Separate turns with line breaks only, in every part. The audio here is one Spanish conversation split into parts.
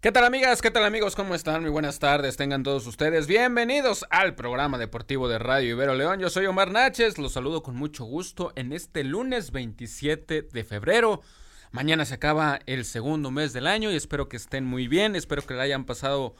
¿Qué tal amigas? ¿Qué tal amigos? ¿Cómo están? Muy buenas tardes, tengan todos ustedes. Bienvenidos al programa deportivo de Radio Ibero León. Yo soy Omar Naches, los saludo con mucho gusto en este lunes 27 de febrero. Mañana se acaba el segundo mes del año y espero que estén muy bien, espero que la hayan pasado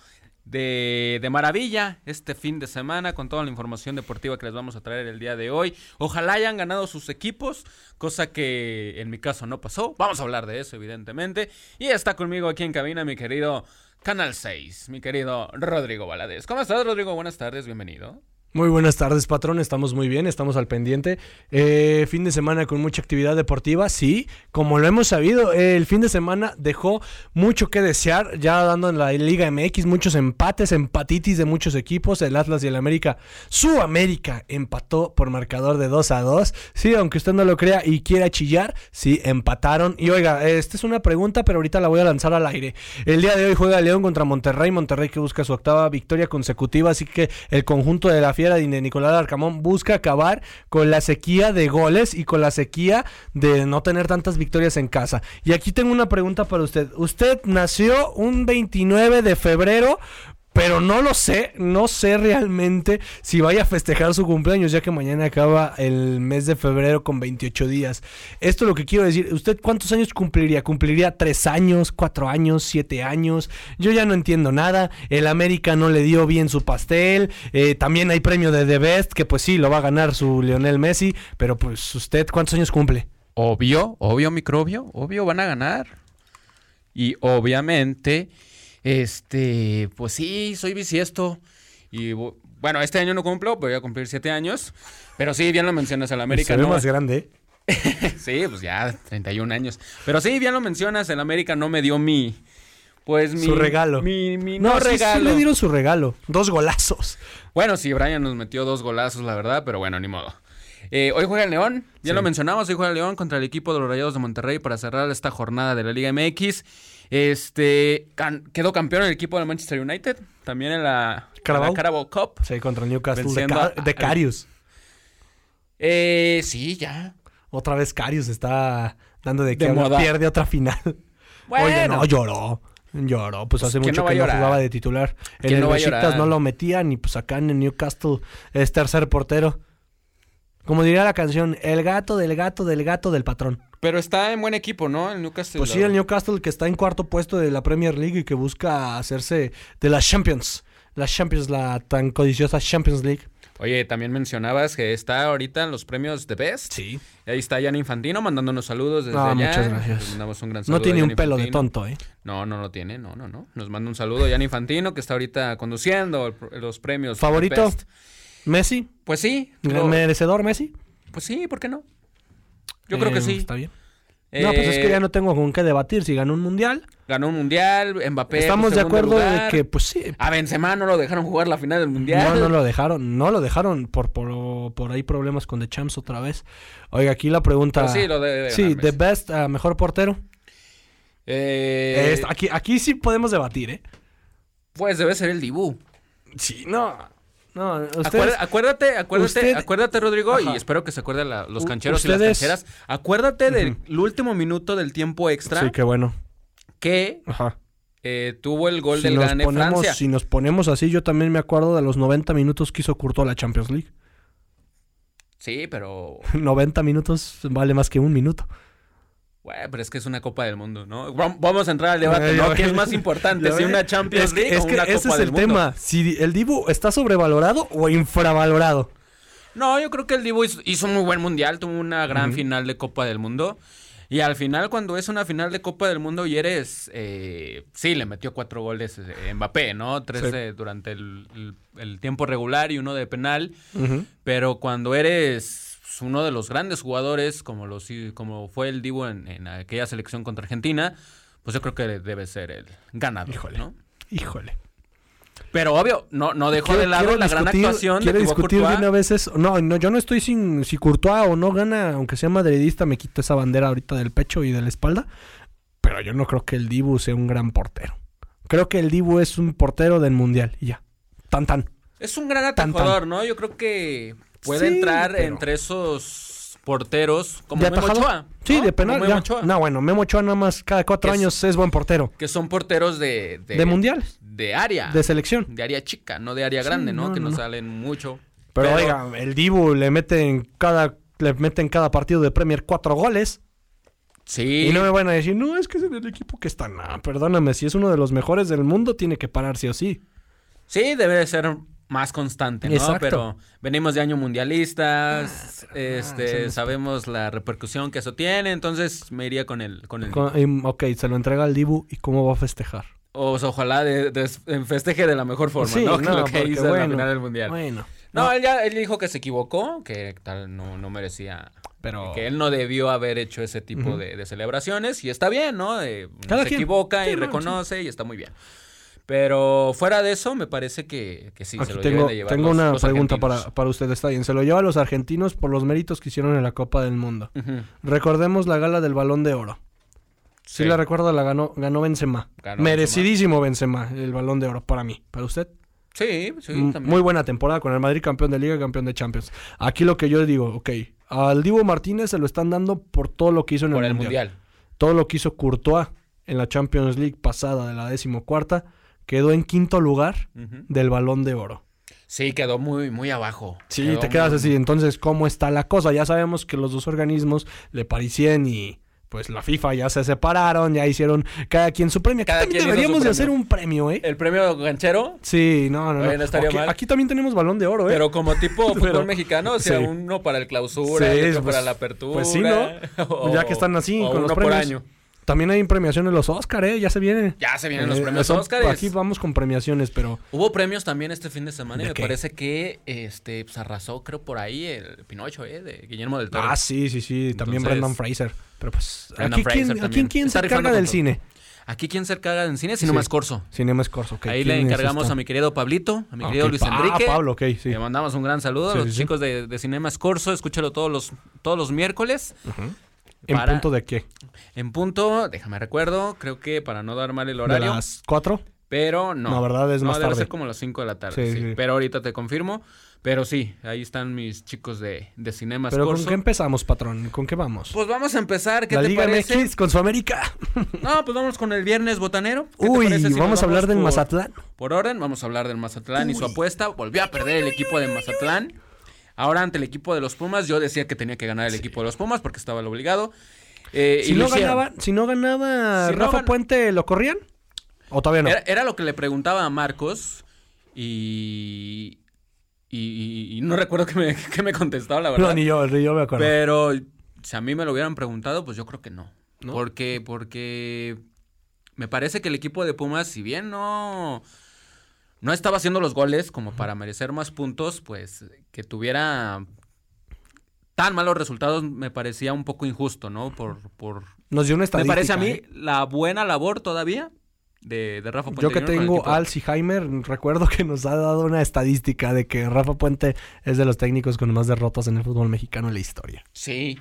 de, de, maravilla este fin de semana con toda la información deportiva que les vamos a traer el día de hoy. Ojalá hayan ganado sus equipos, cosa que en mi caso no pasó. Vamos a hablar de eso, evidentemente. Y está conmigo aquí en cabina mi querido Canal 6, mi querido Rodrigo Valadez. ¿Cómo estás, Rodrigo? Buenas tardes, bienvenido.
Muy buenas tardes, patrón. Estamos muy bien, estamos al pendiente. Eh, fin de semana con mucha actividad deportiva, sí. Como lo hemos sabido, eh, el fin de semana dejó mucho que desear, ya dando en la Liga MX muchos empates, empatitis de muchos equipos. El Atlas y el América, su América, empató por marcador de 2 a 2. Sí, aunque usted no lo crea y quiera chillar, sí, empataron. Y oiga, esta es una pregunta, pero ahorita la voy a lanzar al aire. El día de hoy juega León contra Monterrey, Monterrey que busca su octava victoria consecutiva, así que el conjunto de la fiesta de Nicolás Arcamón busca acabar con la sequía de goles y con la sequía de no tener tantas victorias en casa. Y aquí tengo una pregunta para usted. Usted nació un 29 de febrero. Pero no lo sé, no sé realmente si vaya a festejar su cumpleaños, ya que mañana acaba el mes de febrero con 28 días. Esto es lo que quiero decir. ¿Usted cuántos años cumpliría? ¿Cumpliría 3 años, 4 años, 7 años? Yo ya no entiendo nada. El América no le dio bien su pastel. Eh, también hay premio de The Best, que pues sí, lo va a ganar su Lionel Messi. Pero pues usted, ¿cuántos años cumple?
Obvio, obvio, microbio, obvio, van a ganar. Y obviamente... Este, pues sí, soy bisiesto. Y bueno, este año no cumplo, voy a cumplir siete años. Pero sí, bien lo mencionas, el América.
Se
no.
ve más grande. ¿eh?
sí, pues ya, 31 años. Pero sí, bien lo mencionas, el América no me dio mi. Pues mi.
Su regalo.
Mi, mi no, no sí, regalo.
Sí, le dieron su regalo. Dos golazos.
Bueno, sí, Brian nos metió dos golazos, la verdad, pero bueno, ni modo. Eh, hoy juega el León, ya sí. lo mencionamos, hoy juega el León contra el equipo de los Rayados de Monterrey para cerrar esta jornada de la Liga MX. Este can, quedó campeón el equipo del Manchester United, también en la
Carabao,
en la Carabao Cup.
Sí, contra el Newcastle de, Car de, Carius.
Eh, sí, ya.
Otra vez Carius está dando de que pierde otra final. Bueno. Oye, no, lloró. Lloró, pues hace mucho no que no jugaba de titular. En el no, Besiktas no lo metían y pues acá en el Newcastle es tercer portero. Como diría la canción, el gato del gato del gato del patrón.
Pero está en buen equipo, ¿no? El Newcastle.
Pues sí, el Newcastle que está en cuarto puesto de la Premier League y que busca hacerse de la Champions. La Champions, la tan codiciosa Champions League.
Oye, también mencionabas que está ahorita en los premios de Best.
Sí.
Ahí está Jan Infantino mandándonos saludos desde ah, allá.
Muchas gracias.
Mandamos un gran
no tiene un pelo de tonto, ¿eh?
No, no lo tiene, no, no, no. Nos manda un saludo a Jan Infantino que está ahorita conduciendo el, los premios.
¿Favorito?
Best.
¿Messi?
Pues sí.
Pero... ¿Merecedor Messi? Em,
Pues sí, ¿por qué no? Yo eh, creo que sí.
Está bien. Eh, no, pues es que ya no tengo con qué debatir. Si ganó un mundial.
Eh, Ganó un mundial, Mbappé.
Estamos de acuerdo
lugar.
de que, pues sí.
A Benzema no lo dejaron jugar la final del mundial.
No, no lo dejaron. No lo dejaron por, por, por ahí problemas con The Champs otra vez. Oiga, aquí la pregunta.
Pero Pues sí, lo de, de
Sí, The Best, uh, mejor portero.
Eh,
Esto, aquí, aquí sí podemos debatir, ¿eh?
Pues debe ser el Dibu.
Sí, no. No,
ustedes, acuérdate, acuérdate, usted, acuérdate, Rodrigo, ajá. y espero que se acuerden la, los cancheros ustedes, y las cancheras. Acuérdate uh -huh. del último minuto del tiempo extra.
Sí, qué bueno.
Que
ajá.
Eh, tuvo el gol
si
del Gane
ponemos,
Francia.
Si nos ponemos así, yo también me acuerdo de los 90 minutos que hizo Curto a la Champions League.
Sí, pero.
90 minutos vale más que un minuto.
Bueno, pero es que es una Copa del Mundo, ¿no? Vamos a entrar al debate, ¿no? ¿Qué es más importante? ¿Si una Champions League
es que,
o una
es que
Copa
ese es
del
el
mundo?
tema. Si el Dibu está sobrevalorado o infravalorado.
No, yo creo que el Dibu hizo, hizo un muy buen mundial, tuvo una gran uh -huh. final de Copa del Mundo. Y al final, cuando es una final de Copa del Mundo y eres. Eh, sí, le metió cuatro goles eh, Mbappé, ¿no? Tres sí. de, durante el, el, el, tiempo regular y uno de penal. Uh -huh. Pero cuando eres uno de los grandes jugadores, como, los, como fue el Divo en, en, aquella selección contra Argentina, pues yo creo que debe ser el ganador.
Híjole.
¿no?
Híjole.
Pero obvio, no, no dejó quiero, de lado la discutir, gran actuación
quiero
de
discutir
Courtois.
bien a veces. No, no, yo no estoy sin. Si Courtois o no gana, aunque sea madridista, me quito esa bandera ahorita del pecho y de la espalda. Pero yo no creo que el Dibu sea un gran portero. Creo que el Dibu es un portero del mundial y ya. Tan tan.
Es un gran atacador, ¿no? Yo creo que puede sí, entrar pero... entre esos porteros como
¿De
Memo
atajado?
Ochoa.
Sí, de
Como
penal.
Memo
ya.
Ochoa,
No, bueno, Memo Ochoa nada más cada cuatro
Es-
años es buen portero.
Que son porteros de,
De mundiales.
De área.
De selección.
de área chica, no de área
Sí,
grande, ¿no?
no,
que
no,
no,
no.
salen mucho.
Pero, oiga, el Dibu le mete en cada, le mete en cada partido de Premier cuatro goles.
Sí.
Y no me van a decir, no, es que es en el equipo que está. No, perdóname, si es uno de los mejores del mundo, tiene que parar sí o sí.
Sí, debe de ser más constante, ¿no?
Exacto. Ah,
Pero venimos de año mundialistas,
se
este,
nos-
sabemos la repercusión que eso tiene, entonces me iría con el, con el
Con- em, ok, se lo entrega al Dibu y cómo va a festejar.
O sea, ojalá de, de- festeje de la mejor forma,
Sí,
¿no? Que
no,
lo que
porque,
hizo en la
bueno,
final del mundial.
Bueno,
no,
no.
él ya él dijo que se equivocó, que tal no, no merecía.
Pero-
Que él no debió haber hecho ese tipo de, de celebraciones. Y está bien, ¿no? Eh, uno
Cada
se
quien.
equivoca
Sí,
y
no,
reconoce y está muy bien. Pero fuera de eso, me parece que, que sí, se
Aquí
lo
tengo,
deben de llevar
tengo
los-
una
los
pregunta
argentinos.
para, para usted. Está bien, se lo lleva a los argentinos por los méritos que hicieron en la Copa del Mundo.
Ujú.
Recordemos la gala del Balón de Oro. Si
Sí.
la recuerdo, la ganó, ganó Benzema.
Ganó
Merecidísimo Benzema. el Balón de Oro para mí. Para usted,
Sí, sí,
Mm,
también.
muy buena temporada con el Madrid campeón de Liga y campeón de Champions. Aquí lo que yo digo, ok, al Divo Martínez se lo están dando por todo lo que hizo en
por
el,
el
mundial.
mundial.
Todo lo que hizo Courtois en la Champions League pasada de la decimocuarta, quedó en quinto lugar
Ujú.
del Balón de Oro.
Sí, quedó muy, muy abajo.
Sí,
Quedó
te quedas
muy-
así. Entonces, ¿cómo está la cosa? Ya sabemos que los dos organismos, Le Parisien y pues la FIFA, ya se separaron, ya hicieron cada quien su premio. Aquí
Cada
también
quien hizo
deberíamos
su premio.
de hacer un premio, ¿eh?
El premio ganchero,
Sí, no, no, no.
Oye, no estaría
Aquí-
mal.
Aquí también tenemos balón de oro, ¿eh?
Pero como tipo fútbol
Pero-
mexicano, o sea,
sí.
uno para el clausura,
Sí,
otro
pues-
para la apertura.
pues sí, ¿no?
o-
ya que están así
o
con los
uno
premios.
por año.
También hay premiaciones los Oscar, ¿eh? Ya se viene.
Ya se vienen los
Eh,
premios
son-
Óscares.
Aquí vamos con premiaciones, pero
Hubo premios también este fin de semana y
¿De
me
qué?
parece que este pues, arrasó, creo, por ahí el Pinocho, ¿eh? De Guillermo del Toro.
Ah, sí, sí, sí, también
Entonces-
Brendan Fraser. Pero pues
Brendan
aquí quién,
Fraser
aquí
también.
quién se
Está rifando
encarga
con
del
todo.
cine?
Aquí quien se encarga en cine, sino
Sí.
más Corso.
Cinema Scorso, ok.
Ahí le
¿quiénes
encargamos
están?
a mi querido Pablito, a mi
Ah,
querido
ok,
Luis
pa-
Enrique.
Ah, Pablo, ok, sí.
Le mandamos un gran saludo
Sí,
a los
sí, sí.
chicos de, de Cinemas Corso. Escúchalo todos los, todos los miércoles.
¿En
para-
punto de qué?
En punto, déjame recuerdo, creo que para no dar mal el
¿De
horario.
las cuatro?
Pero no.
No, ¿verdad? Es
no,
más
debe
tarde.
ser como las 5 de la tarde.
Sí,
sí.
sí.
Pero ahorita te confirmo. Pero sí, ahí están mis chicos de, de Cinemas
¿Pero
Corso.
con qué empezamos, patrón? ¿Con qué vamos?
Pues vamos a empezar. ¿Qué
La
te
Liga
parece?
MX con su América.
No, pues vamos con el viernes botanero. ¿Qué te
Uy,
parece si nos
vamos a hablar del
por-
Mazatlán.
Por orden, vamos a hablar del Mazatlán y su
Uy.
apuesta. Volvió a perder el equipo de Mazatlán. Ahora ante el equipo de los Pumas, yo decía que tenía que ganar el equipo de los Pumas porque estaba el obligado. Eh,
Si
y
no,
lo hicieron.
ganaba, si no ganaba
Si no
Rafa
gan-
Puente, ¿lo corrían? ¿O todavía no?
Era, era lo que le preguntaba a Marcos y. Y, y- y no recuerdo que me, que me contestaba, la verdad.
No, ni yo, ni yo me acuerdo.
Pero si a mí me lo hubieran preguntado, pues yo creo que no.
¿No?
Porque, porque me parece que el equipo de Pumas, si bien no, no estaba haciendo los goles como para merecer más puntos, pues que tuviera tan malos resultados me parecía un poco injusto, ¿no? Por, por
Nos dio una
me
estadística.
parece a mí
¿eh?
la buena labor todavía de, de Rafa Puente.
Yo que
Jr. con el
tengo
equipo de-
Alzheimer, recuerdo que nos ha dado una estadística de que Rafa Puente es de los técnicos con más derrotas en el fútbol mexicano en la historia.
Sí,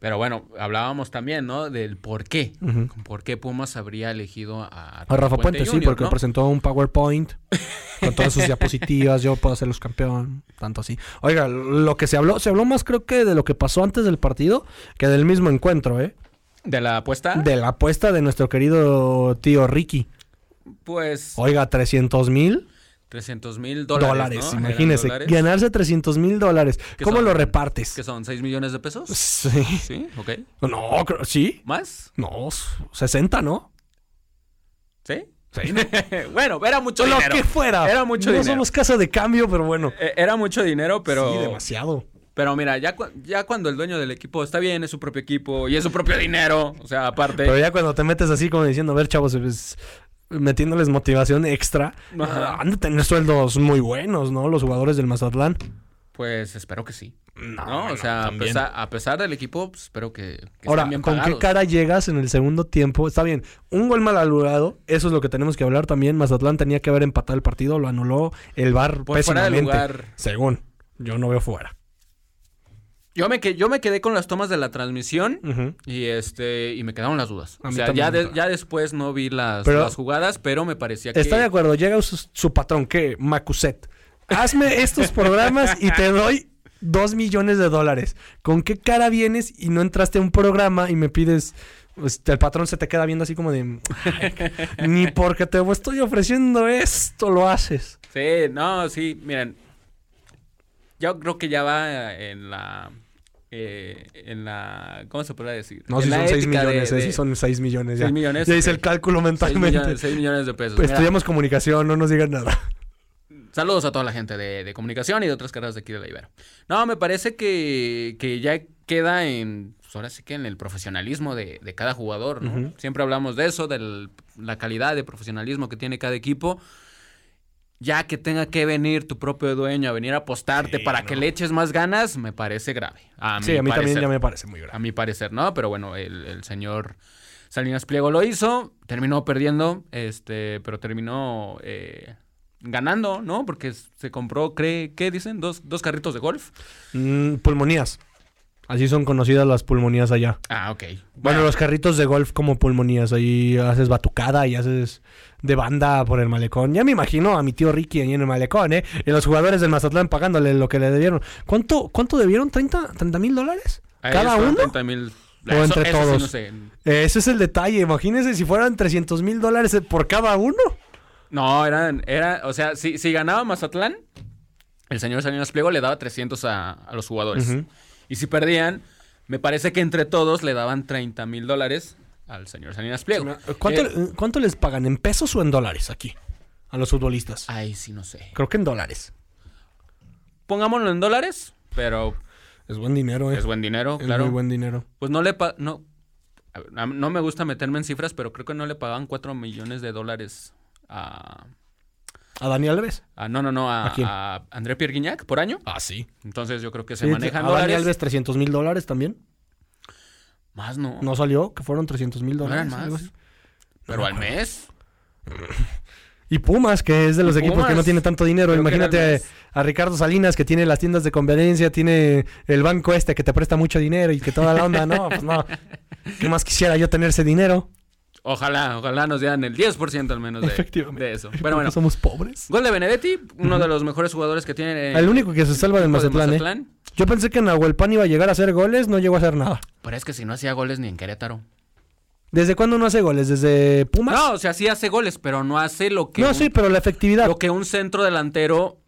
pero bueno, hablábamos también, ¿no? Del por qué.
Ujú.
¿Por qué Pumas habría elegido a,
A Rafa Puente, sí,
Jr.,
porque
¿no?
presentó un PowerPoint con todas sus diapositivas, yo puedo ser los campeón, tanto así. Oiga, lo que se habló, se habló más creo que de lo que pasó antes del partido que del mismo encuentro, ¿eh?
¿De la apuesta?
De la apuesta de nuestro querido tío Ricky.
Pues
Oiga, 300 mil
300 mil dólares.
dólares,
¿no? Eran
imagínese.
dólares,
Ganarse 300 mil dólares.
que
¿Cómo
son-
lo repartes?
¿Qué son? ¿6 millones de pesos?
Sí.
Sí, ok.
No, creo- sí.
¿Más?
No, s- 60, ¿no?
¿Sí?
Sí.
bueno, era mucho
lo
dinero.
que fuera.
Era mucho
no
dinero.
somos casa de cambio, pero bueno.
Eh, Era mucho dinero, pero.
Sí, demasiado.
Pero mira, ya, cu- ya cuando el dueño del equipo está bien, es su propio equipo y es su propio dinero. O sea, aparte.
Pero ya cuando te metes así como diciendo, a ver, chavos, pues, metiéndoles motivación extra,
Ajá.
han de tener sueldos muy buenos, ¿no? Los jugadores del Mazatlán.
Pues espero que sí.
Ah, No,
¿No? o sea, a
también.
pesar, a pesar del equipo, pues, espero que, que
Ahora,
estén bien
¿con qué
pagados.
cara llegas en el segundo tiempo? Está bien, un gol mal anulado, eso es lo que tenemos que hablar también. Mazatlán tenía que haber empatado el partido, lo anuló el VAR
Pues, fuera de
pésimamente.
lugar.
Según, yo no veo fuera.
Yo me, que, yo me quedé con las tomas de la transmisión.
Ujú.
Y este, y me quedaron las dudas.
A
O
mí
sea,
también
ya,
me
de-
quedaron.
ya después no vi las,
Pero-
las jugadas, pero me parecía que.
Está de acuerdo, llega su, su patrón, que Macuset. Hazme estos programas y te doy dos millones de dólares. ¿Con qué cara vienes y no entraste a un programa y me pides... pues, el patrón se te queda viendo así como de... "Ay, Ni porque te estoy ofreciendo esto lo haces.
Sí, no, sí, miren. Yo creo que ya va en la. eh, en la. ¿Cómo se podría decir?
No,
En
si
la
son 6
ética de-
millones, eh,
de-
si son 6 millones ya.
¿Seis millones?
Ya hice
Ok.
el cálculo
seis
mentalmente.
millones, seis millones de pesos.
Pues,
Mira,
estudiamos comunicación, no nos digan nada.
Saludos a toda la gente de, de comunicación y de otras carreras de aquí de la Ibero. No, me parece que, que ya queda en. pues, ahora sí que en el profesionalismo de, de cada jugador, ¿no?
Ujú.
Siempre hablamos de eso, de la calidad de profesionalismo que tiene cada equipo. Ya que tenga que venir tu propio dueño a venir a apostarte
Sí,
para
no.
que le eches más ganas, me parece grave. A
sí,
mi
a mí
parecer.
también ya me parece muy grave.
A mi parecer, ¿no? Pero bueno, el, el señor Salinas Pliego lo hizo, terminó perdiendo, este, pero terminó eh, ganando, ¿no? Porque s- se compró, cree, ¿qué dicen? Dos, dos carritos de golf.
Mm, pulmonías. Así son conocidas las pulmonías allá.
Ah, ok.
Bueno, los carritos de golf como pulmonías. Ahí haces batucada y haces de banda por el malecón. Ya me imagino a mi tío Ricky ahí en el malecón, ¿eh? Y los jugadores del Mazatlán pagándole lo que le debieron. ¿Cuánto, cuánto debieron? ¿30 mil dólares?
A
¿Cada
ellos fueron
uno?
30 mil.
¿O entre
sí
todos?
no sé.
Ese es el detalle. Imagínense si fueran 300 mil dólares eh, por cada uno.
No, eran, era, o sea, si, si ganaba Mazatlán, el señor Salinas Pliego le daba 300 a, a los jugadores.
Ujú.
Y si perdían, me parece que entre todos le daban 30 mil dólares al señor Salinas Pliego.
¿Cuánto,
Eh,
eh, cuánto les pagan? ¿En pesos o en dólares aquí? A los futbolistas.
Ay, sí, no sé.
Creo que en dólares.
Pongámoslo en dólares, pero
Es buen dinero, ¿eh?
es buen dinero,
Es
claro.
muy buen dinero.
Pues no le pa- no a ver, a- no me gusta meterme en cifras, pero creo que no le pagaban 4 millones de dólares a,
¿A Daniel Alves?
a- no, no, no, a,
¿A quién?
a André Pierre Guignac por año.
Ah, sí.
Entonces yo creo que se
Sí,
maneja en
a Dani
dólares.
Alves 300 mil dólares también.
Más no.
No salió, que fueron 300 mil
No
dólares.
eran más.
algo así.
pero al mes.
Y Pumas, que es de los
Y
equipos que
Pumas.
no tiene tanto dinero.
Creo que era el
Imagínate
mes.
a, a Ricardo Salinas, que tiene las tiendas de conveniencia, tiene el banco este que te presta mucho dinero y que toda la onda, no, pues no. ¿Qué más quisiera yo tener ese dinero?
Ojalá, ojalá nos dieran el 10% al menos de,
Efectivamente.
de eso. Pero bueno, Eh,
Porque Somos pobres.
gol de Benedetti, uno de los mejores jugadores que tiene
El único que se salva del
equipo de
Mazatlán, ¿eh?
Mazatlán.
Yo pensé que Nahuelpan iba a llegar a hacer goles, no llegó a hacer nada.
Pero es que si no hacía goles ni en Querétaro.
¿Desde cuándo no hace goles? ¿Desde Pumas?
No, o sea, sí hace goles, pero no hace lo que
No,
un-
sí, pero la efectividad.
lo que un centro delantero,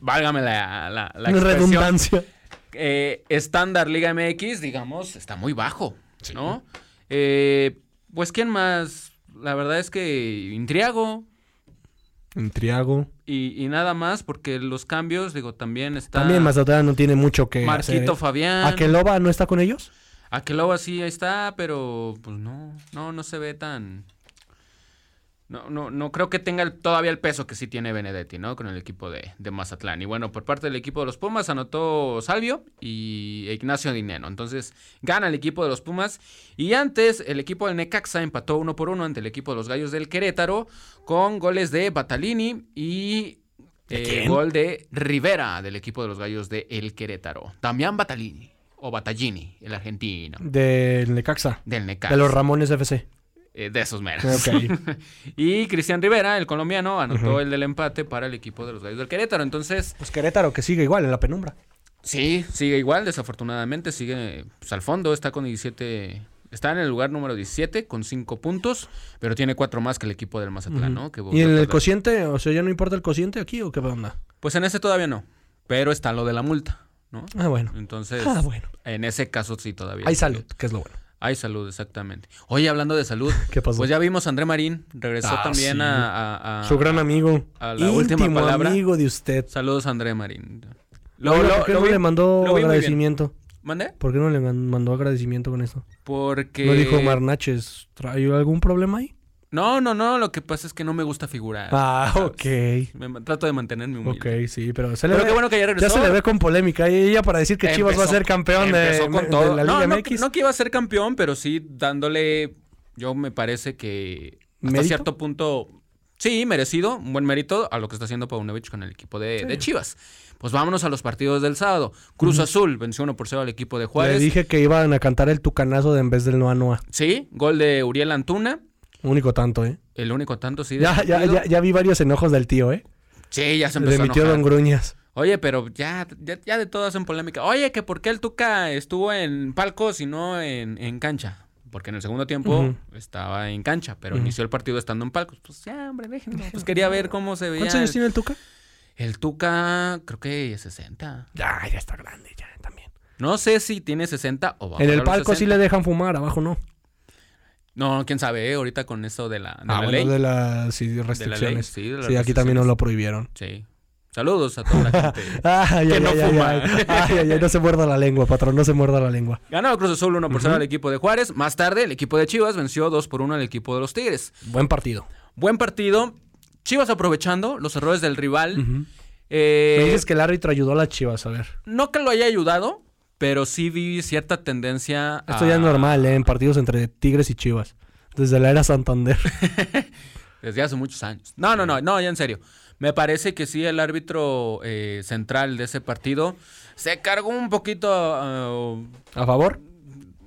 válgame la, la, la expresión,
redundancia.
eh, estándar Liga MX, digamos, está muy bajo, ¿no? Eh, pues, ¿quién más? La verdad es que Intriago
En Triago.
y, y nada más, porque los cambios, digo, también está
También Mazatlán no tiene mucho que
Ah. Marquito
hacer. ¿eh?
Fabián.
¿Aqueloba no está con ellos?
Aqueloba sí ahí está, pero pues no, no, no se ve tan. No, no, no creo que tenga el- todavía el peso que sí tiene Benedetti, ¿no? Con el equipo de, de Mazatlán. Y bueno, por parte del equipo de los Pumas anotó Salvio y Ignacio Dineno. Entonces, gana el equipo de los Pumas. Y antes, el equipo del Necaxa empató uno por uno ante el equipo de los Gallos del Querétaro con goles de Batalini y eh,
¿De quién?
gol de Rivera del equipo de los Gallos de El Querétaro. Damián Batalini o Batallini, el argentino,
Del Necaxa.
del Necaxa.
De los Ramones FC.
Eh, de esos meros.
Ok.
y Cristian Rivera, el colombiano, anotó
Ujú.
el del empate para el equipo de los Gallos del Querétaro. Entonces,
Pues Querétaro, que sigue igual en la penumbra.
sí, sigue igual, desafortunadamente, sigue pues, al fondo, está con 17... Está en el lugar número 17 con 5 puntos, pero tiene 4 más que el equipo del Mazatlán, ¿no? Que
¿Y
volvió
en
a
el
perder.
cociente? O sea, ¿ya no importa el cociente aquí o qué onda?
Pues en ese todavía no, pero está lo de la multa, ¿no?
Ah, bueno.
Entonces,
Ah, bueno.
en ese caso sí todavía.
Hay salud, que es lo bueno.
Hay salud, exactamente. Oye, hablando de salud,
¿Qué pasó?
pues ya vimos a André Marín, regresó
Ah,
también
sí.
a, a- a-
Su gran amigo.
Ah, a la última
íntimo
palabra.
amigo de usted.
Saludos a André Marín. Lo,
Oiga,
lo-
¿Por qué
lo
no
vi-
le mandó
lo vi muy bien.
agradecimiento?
¿Mandé?
¿Por qué no le man- mandó agradecimiento con eso?
Porque...
No dijo Marnaches, ¿trae algún problema ahí?
No, no, no, lo que pasa es que no me gusta figurar.
Ah,
¿sabes?
ok.
Me ma- trato de mantenerme humilde.
Ok, sí, pero se le
Pero
ve-
qué bueno que ya
ya
regresó.
se le ve con polémica. Y ella para decir que Chivas va a
Empezó-
ser campeón de,
empezó con
de
todo.
la
no,
Liga
no,
MX.
no que iba a ser campeón, pero sí dándole, yo me parece que hasta
¿Mérito?
cierto punto, sí, merecido, un buen mérito a lo que está haciendo Paunovic con el equipo de, de Chivas. Pues vámonos a los partidos del sábado. Cruz Azul venció 1 por 0 al equipo de
le
Juárez.
dije que iban a cantar el tucanazo de en vez del Noa Noa.
Sí, gol de Uriel Antuna.
Único tanto, ¿eh?
El único tanto, sí. del
Ya, ya,
partido.
ya, ya vi varios enojos del tío, ¿eh?
Sí, ya se
De
empezó a
mi tío
enojar.
Don Gruñas.
Oye, pero ya, ya, ya de todo hacen polémica. Oye, que por qué el Tuca estuvo en palcos y no en, en cancha. Porque en el segundo tiempo
Ujú.
estaba en cancha, pero
Ujú.
inició el partido estando en palcos. Pues ya, hombre, déjenlo. Pues quería ver cómo se veía.
¿Cuántos años
el-
tiene el Tuca?
El Tuca, creo que 60.
Ya, ya está grande, ya también.
No sé si tiene 60 o va a
En el
bajar a los
palco sí
60.
le dejan fumar, abajo no.
No, quién sabe, eh, ahorita con eso de la, de la
ah, bueno,
ley.
de las sí, restricciones.
sí, de las
sí, aquí
restricciones.
también nos lo prohibieron.
Sí. Saludos a toda la gente.
Ah, ya,
Que no
ya, ya,
fuma.
ya. Ay, ay, ay, no se muerda la lengua, patrón, no se muerda la lengua.
Ganó Cruz Azul 1 por 0 al equipo de Juárez. Más tarde, el equipo de Chivas venció 2 por 1 al equipo de los Tigres.
Buen partido.
Buen partido. Chivas aprovechando los errores del rival.
Ujú.
Eh,
Me dices que el árbitro ayudó a las chivas, a ver.
No que lo haya ayudado, pero sí vi cierta tendencia.
Esto
a-
ya es normal, ¿eh? En partidos entre Tigres y Chivas. Desde la era Santander.
Desde hace muchos años. No, no, no, no, ya en serio. Me parece que sí, el árbitro eh, central de ese partido se cargó un poquito.
¿A favor?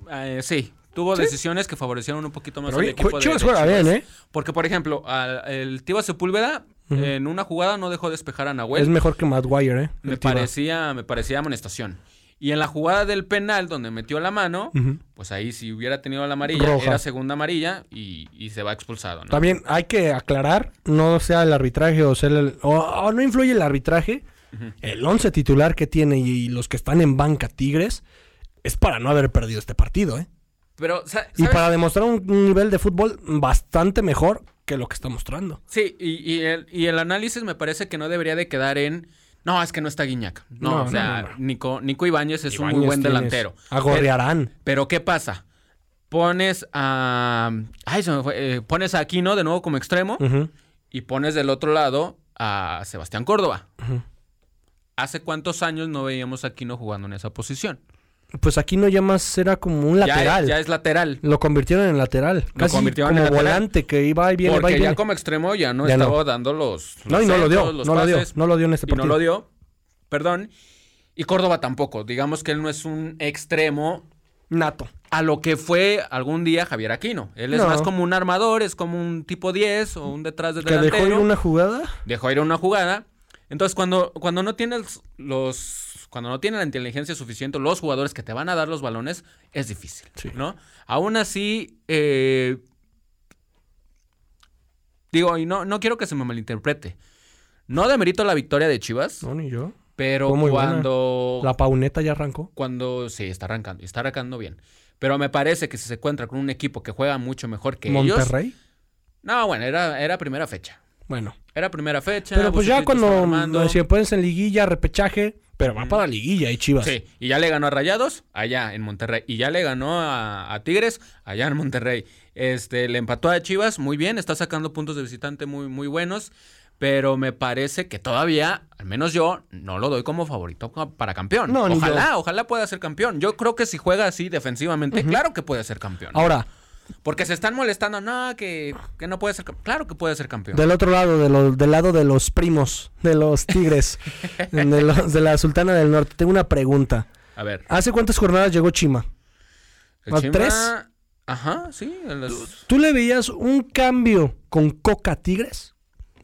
eh, eh, sí, tuvo decisiones que favorecieron un poquito más
Pero
al
oye,
equipo. de-
Chivas
de
juega bien, ¿eh?
Porque, por ejemplo, al- el Tiva Sepúlveda
Ujú.
en una jugada no dejó despejar a Nahuel.
Es mejor que Matt Wire, ¿eh?
me
El Tiva.
parecía, me parecía amonestación. Y en la jugada del penal donde metió la mano,
Ujú.
pues ahí si hubiera tenido la amarilla,
Roja.
era segunda amarilla y, y se va expulsado, ¿no?
También hay que aclarar, no sea el arbitraje o sea el- o, o no influye el arbitraje, el 11 titular que tiene y, y los que están en banca Tigres es para no haber perdido este partido, ¿eh?
Pero, sa-
Y
¿sabes?
para demostrar un nivel de fútbol bastante mejor que lo que está mostrando.
Sí, y, y el, y el análisis me parece que no debería de quedar en... No, es que no está Guiñac. No,
No,
o
no,
sea,
no, no.
Nico, Nico Ibáñez es un muy
Ibáñez
buen
tienes-
delantero.
Agorrearán.
Pero ¿qué pasa? Pones a... Ay, se me fue, eh, pones a Aquino de nuevo como extremo
Ujú.
y pones del otro lado a Sebastián Córdoba. ¿Hace cuántos años no veíamos a Aquino jugando en esa posición?
Pues aquí no llamas, era como un
Ya-
lateral.
ya es lateral.
Lo convirtieron en lateral.
Lo
Casi
convirtieron
como
en lateral.
volante que iba y viene, va
Porque
y
ya
viene.
como extremo ya no
Ya
estaba
no.
dando los.
No, y no lo dio, no lo dio, no lo dio en este
y no
partido.
lo dio, perdón. Y Córdoba tampoco. Digamos que él no es un extremo
Nato.
a lo que fue algún día Javier Aquino. Él es
No.
más como un armador, es como un tipo 10 o un detrás de
Que
delantero.
dejó ir una jugada.
dejó ir una jugada. Entonces, cuando, cuando no tienes los. Cuando no tienen la inteligencia suficiente, los jugadores que te van a dar los balones, es difícil.
Sí.
¿No? Aún así. eh, digo, y no, no quiero que se me malinterprete. No demerito la victoria de Chivas,
No, ni yo.
pero
fue muy buena.
cuando.
La pauneta ya arrancó.
Cuando. Sí, está arrancando. Y está arrancando bien. Pero me parece que si se encuentra con un equipo que juega mucho mejor que ellos.
Monterrey.
No, bueno, era, era primera fecha.
Bueno.
Era primera fecha.
Pero pues ya
Bucetich estaba armando.
cuando si puedes en liguilla, repechaje, pero va
Mm.
para liguilla y Chivas.
Sí, y ya le ganó a Rayados allá en Monterrey. Y ya le ganó a, a Tigres allá en Monterrey. Este, le empató a Chivas, muy bien, está sacando puntos de visitante muy, muy buenos. Pero me parece que todavía, al menos yo, no lo doy como favorito ca- para campeón.
No, ni
ojalá, ojalá pueda ser campeón. Yo creo que si juega así defensivamente, claro que puede ser campeón.
Ahora,
Porque se están molestando, no, que, que no puede ser campeón. Claro que puede ser campeón.
del otro lado, de lo- del lado de los primos, de los tigres, de, los- de la Sultana del Norte, tengo una pregunta.
A ver,
¿Hace cuántas jornadas llegó Chima?
el
¿a
Chima-
tres?
Ajá, sí. a las-
¿Tú le veías un cambio con Coca Tigres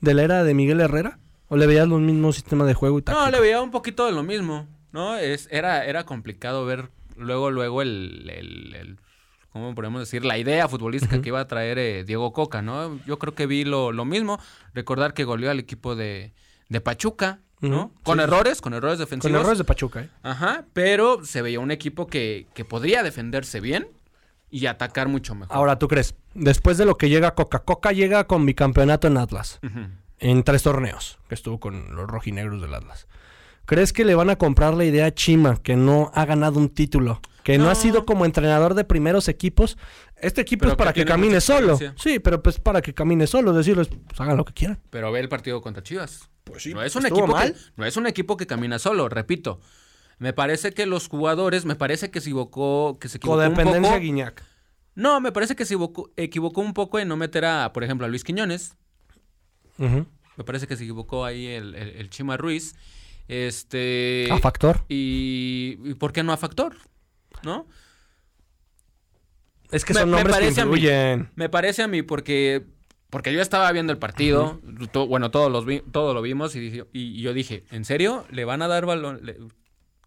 de la era de Miguel Herrera? ¿O le veías los mismos sistemas de juego y tal?
No, le veía un poquito de lo mismo, ¿no? Es, era, era complicado ver luego, luego el, el- el- ¿cómo podemos decir? La idea futbolística que iba a traer eh, Diego Coca, ¿no? Yo creo que vi lo, lo mismo. Recordar que goleó al equipo de, de Pachuca, ¿no?
Ujú,
Con
sí.
errores, con errores
Con
defensivos.
errores de Pachuca, ¿eh?
Ajá, pero se veía un equipo que, que podría defenderse bien y atacar mucho mejor.
Ahora, ¿tú crees? Después de lo que llega Coca, Coca llega con bicampeonato en Atlas,
Ujú.
en tres torneos, que estuvo con los rojinegros del Atlas. ¿Crees que le van a comprar la idea a Chima, que no ha ganado un título? Que no,
No.
ha sido como entrenador de primeros equipos. Este equipo
Pero
es para
que
que,
tiene
camine
mucha
solo.
experiencia.
Sí, pero pues para que camine solo. Decirles, pues hagan lo que quieran.
Pero ve el partido contra Chivas. no es un
Pues estuvo
equipo
mal.
que no es un equipo que camina solo, repito. Me parece que los jugadores, me parece que se equivocó, que se equivocó un
Codependencia
poco.
Guiñac.
No, me parece que se equivocó, equivocó un poco en no meter a, por ejemplo, a Luis Quiñones.
Ujú.
Me parece que se equivocó ahí el, el- el Chima Ruiz. Este
A factor.
y, y por qué no a Factor, ¿no?
Es que
Me-
son
me
nombres que
parece a mí.
influyen.
Me parece a mí porque Porque yo estaba viendo el partido, to- bueno, todos, los vi- todo lo vimos y, dije- y yo dije, ¿en serio? ¿Le van a dar balón? le-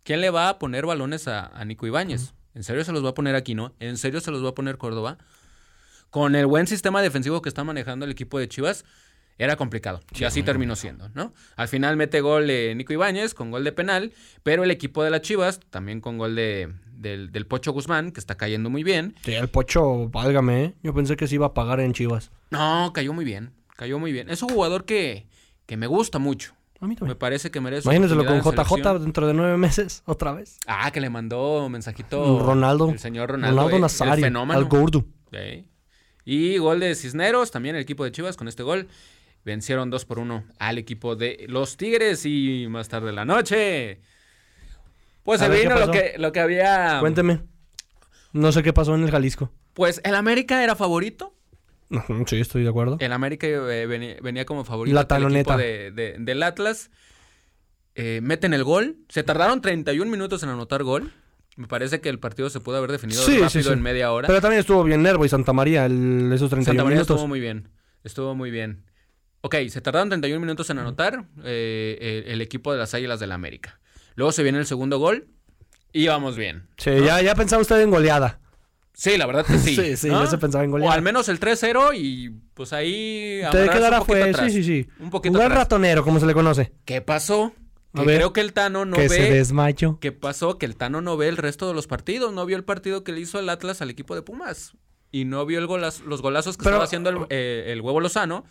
¿Quién le va a poner balones a, a Nico Ibáñez? ¿En serio se los va a poner Aquino? ¿En serio se los va a poner Córdoba? Con el buen sistema defensivo que está manejando el equipo de Chivas, era complicado. y así terminó siendo, ¿no? Al final mete gol eh, Nico Ibáñez con gol de penal, pero el equipo de las Chivas, también con gol de, del, del Pocho Guzmán, que está cayendo muy bien,
Sí, el Pocho, válgame, ¿eh? Yo pensé que se iba a pagar en Chivas.
no, cayó muy bien. Cayó muy bien. Es un jugador que, que me gusta mucho.
A mí
Me
también.
parece que merece.
Imagínatelo con
oportunidad en
JJ
selección.
dentro de nueve meses, otra vez.
Ah, que le mandó mensajito.
Ronaldo.
El señor Ronaldo. eh,
Nazario.
El fenómeno.
Al gordo.
Sí. Y gol de Cisneros, también el equipo de Chivas con este gol. Vencieron 2 por 1 al equipo de los Tigres y más tarde en la noche. Pues
A
se
ver, ¿qué
vino lo
pasó?
que, lo que había.
Cuénteme. No sé qué pasó en el Jalisco.
Pues el América era favorito.
Ujú, Sí, estoy de acuerdo.
El América eh, venía, venía como favorito
La
ante el equipo
taloneta.
de- de- del Atlas. Eh, meten el gol. Se tardaron 31 minutos en anotar gol. Me parece que el partido se pudo haber definido
Sí, sí,
rápido
sí.
en media hora.
Pero también estuvo bien Nervo y Santa María el- esos 31
Santa María
minutos.
estuvo muy bien. Estuvo muy bien. Ok, se tardaron 31 minutos en anotar eh, el, el equipo de las Águilas del América. Luego se viene el segundo gol y vamos bien.
Sí, ya, ya pensaba usted en goleada.
Sí, la verdad que sí.
Sí, sí,
¿no?
yo se pensaba en
O
goleada.
al menos el 3-0 y pues ahí...
Te
amarrarse
quedará
un poquito
fue, sí,
atrás.
sí, sí.
Un poquito
Jugar
atrás.
ratonero, como se le conoce.
¿Qué pasó?
A
Que
ver.
creo que el Tano no
que se
ve.
desmayó.
¿Qué pasó? Que el Tano no ve el resto de los partidos. No vio el partido que le hizo el Atlas al equipo de Pumas. Y no vio el golazo- los golazos que
Pero-
estaba haciendo el, eh, el huevo Lozano.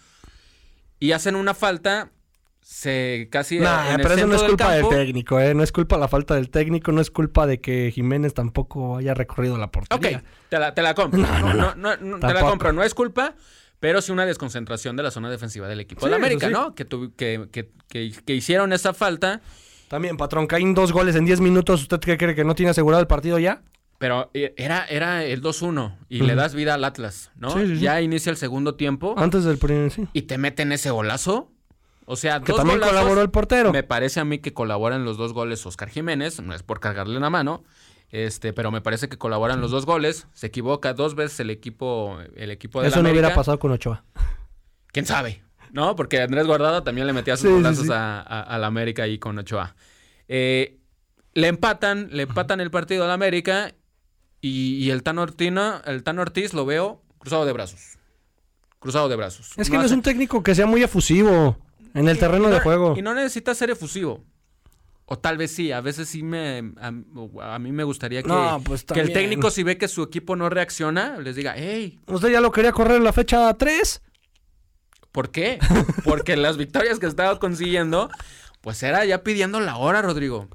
Y hacen una falta. Se casi.
Nah,
en el
pero eso no
centro
es culpa del,
campo.
técnico, ¿eh? No es culpa la falta del técnico, no es culpa de que Jiménez tampoco haya recorrido la portería.
Ok, te la, te la compro. No, no, no, no, te la
Tampoco.
compro. No es culpa, pero sí una desconcentración de la zona defensiva del equipo
Sí,
de
eso
América,
sí.
¿no? Que, tuvi- que- que- que- que hicieron esa falta.
También, patrón, caen dos goles en 10 minutos. ¿Usted qué cree que no tiene asegurado el partido ya?
Pero e- era, era el 2-1 y le das vida al Atlas, ¿no?
Sí, sí, Ah. sí.
Ya inicia el segundo tiempo
Antes del primer, sí.
y te meten ese golazo. O sea,
Que
dos
también
golazos.
colaboró el portero.
Me parece a mí que colaboran los dos goles Oscar Jiménez, no es por cargarle la mano, este, pero me parece que colaboran los dos goles. Se equivoca dos veces el equipo, el equipo de
Eso no
América.
hubiera pasado con Ochoa.
¿Quién sabe? ¿No? Porque Andrés Guardado también le metía sus
Sí, sí,
golazos
sí.
a, a- a la América ahí con Ochoa. Eh, le empatan, le empatan el partido a la América y, y el Tan Ortina, el Tan Ortiz lo veo cruzado de brazos. Cruzado de brazos.
Es que no es
hace-
un técnico que sea muy efusivo en el terreno
y
de
no-
juego.
Y no necesita ser efusivo. O tal vez sí, a veces sí me. A, a mí me gustaría que,
No, pues,
que el
también.
técnico, si ve que su equipo no reacciona, les diga, hey,
¿Usted ya lo quería correr en la fecha 3?
¿Por qué? Porque las victorias que estaba consiguiendo, pues era ya pidiendo la hora, Rodrigo.